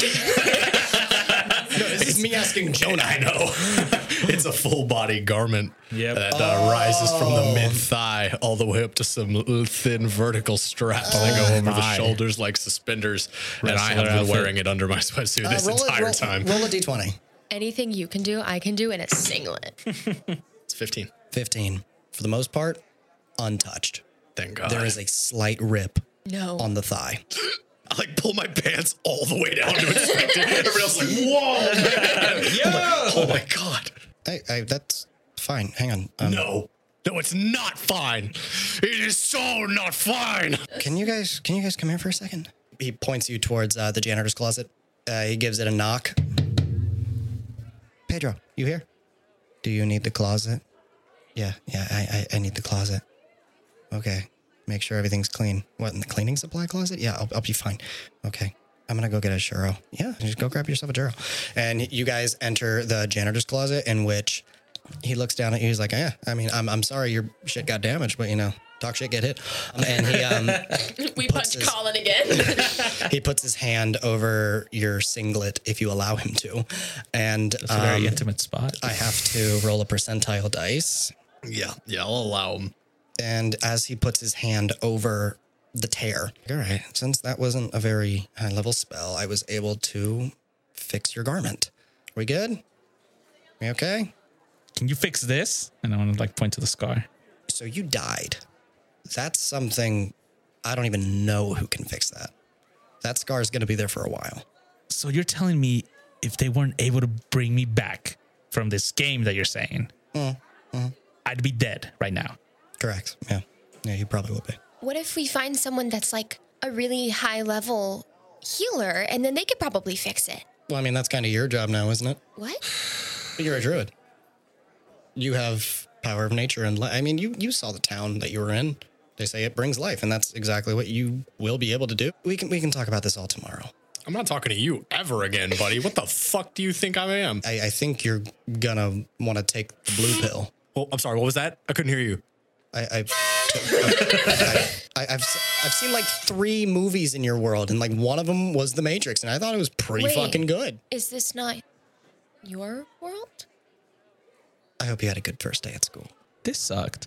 S1: this is me asking Jonah.
S4: I know <laughs> it's a full body garment
S3: Yep.
S4: that uh, rises from
S1: Oh.
S4: the mid thigh all the way up to some little thin vertical straps that
S1: Oh
S4: go over the
S3: my.
S4: shoulders like suspenders, and I have
S3: Wrestler
S4: been
S3: outfit.
S4: wearing it under my sweatsuit this
S1: Uh, roll,
S4: entire
S1: a, roll,
S4: time.
S1: roll a d20.
S5: Anything you can do, I can do in a singlet. <laughs>
S4: It's fifteen.
S1: 15. For the most part, untouched.
S4: Thank God.
S1: There is a slight rip
S5: No.
S1: on the thigh.
S4: I like pull my pants all the way down to inspect
S1: <laughs>
S4: it. Everyone else is like, whoa! I'm like, oh my God.
S1: Hey, hey, that's fine. Hang on. Um,
S4: No. No, it's not fine. It is so not fine.
S1: Can you guys can you guys come here for a second? He points you towards uh, the janitor's closet. Uh, he gives it a knock. Pedro, you here? Do you need the closet? Yeah, yeah, I, I, I need the closet. Okay, make sure everything's clean. What in the cleaning supply closet? Yeah, I'll, I'll be fine. Okay, I'm gonna go get a churro. Yeah, just go grab yourself a churro. And you guys enter the janitor's closet, in which he looks down at you. He's like, "Yeah, I mean, I'm, I'm sorry your shit got damaged, but you know, talk shit, <laughs> get hit." Um, and he um,
S5: we
S1: puts
S5: punch
S1: his-
S5: Colin again.
S1: <laughs> he puts his hand over your singlet if you allow him to, and
S3: It's a very
S1: um,
S3: intimate spot.
S1: I have to roll a percentile dice.
S4: Yeah, yeah, I'll allow him.
S1: And as he puts his hand over the tear, all right, since that wasn't a very high level spell, I was able to fix your garment. We good? We okay?
S3: Can you fix this? And I want to like point to the scar.
S1: So you died. That's something I don't even know who can fix that. That scar is going to be there for a while.
S3: So you're telling me if they weren't able to bring me back from this game that you're saying,
S1: Mm,
S3: I'd be dead right now.
S1: Correct. Yeah. Yeah, you probably will be.
S5: what if we find someone that's like a really high level healer and then they could probably fix it?
S1: Well, I mean, that's kind of your job now, isn't it?
S5: What?
S1: But you're a druid. You have power of nature and li- I mean, you you saw the town that you were in. They say it brings life, and that's exactly what you will be able to do. We can we can talk about this all tomorrow.
S4: I'm not talking to you ever again, buddy. What the fuck do you think I am?
S1: I, I think you're gonna want to take the blue pill.
S4: Well, I'm sorry. What was that? I couldn't hear you.
S1: I, I, I, I I've s- I've seen like three movies in your world, and like one of them was The Matrix, and I thought it was pretty
S5: Wait.
S1: fucking good.
S5: Is this not your world?
S1: I hope you had a good first day at school.
S3: This sucked.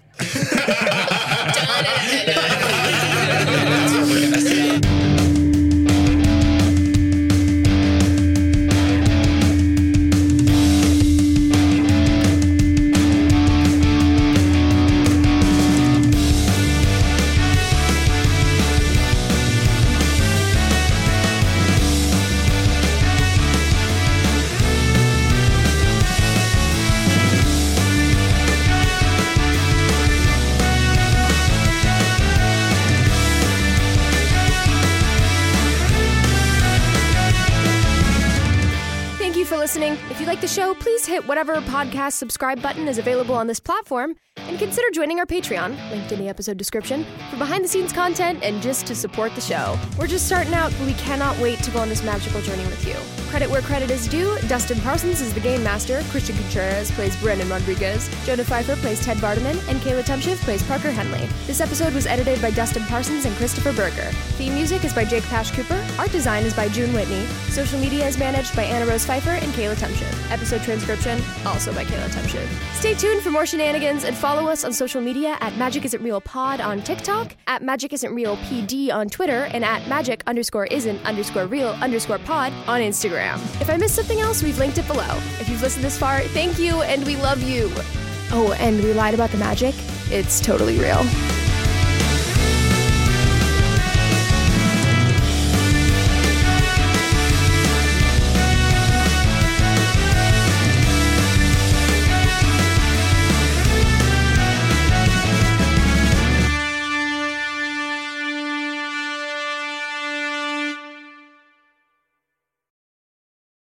S8: Thank you for listening. If you like the show, please hit whatever podcast subscribe button is available on this platform and consider joining our Patreon, linked in the episode description, for behind the scenes content and just to support the show. We're just starting out, but we cannot wait to go on this magical journey with you. Credit where credit is due Dustin Parsons is the game master, Christian Contreras plays Brendan Rodriguez, Jonah Pfeiffer plays Ted Vardaman, and Kayla Tumshift plays Parker Henley. This episode was edited by Dustin Parsons and Christopher Berger. Theme music is by Jake Pash Cooper. Art design is by June Whitney. Social media is managed by Anna Rose Pfeiffer and Kayla Tumshift. Episode transcription also by Kayla Tumshift. Stay tuned for more shenanigans and follow us on social media at Magic Isn't Real Pod on TikTok, at Magic Isn't Real PD on Twitter, and at Magic underscore isn't underscore real underscore pod on Instagram. If I missed something else, we've linked it below. If you've listened this far, thank you and we love you. Oh, and we lied about the magic. It's totally real.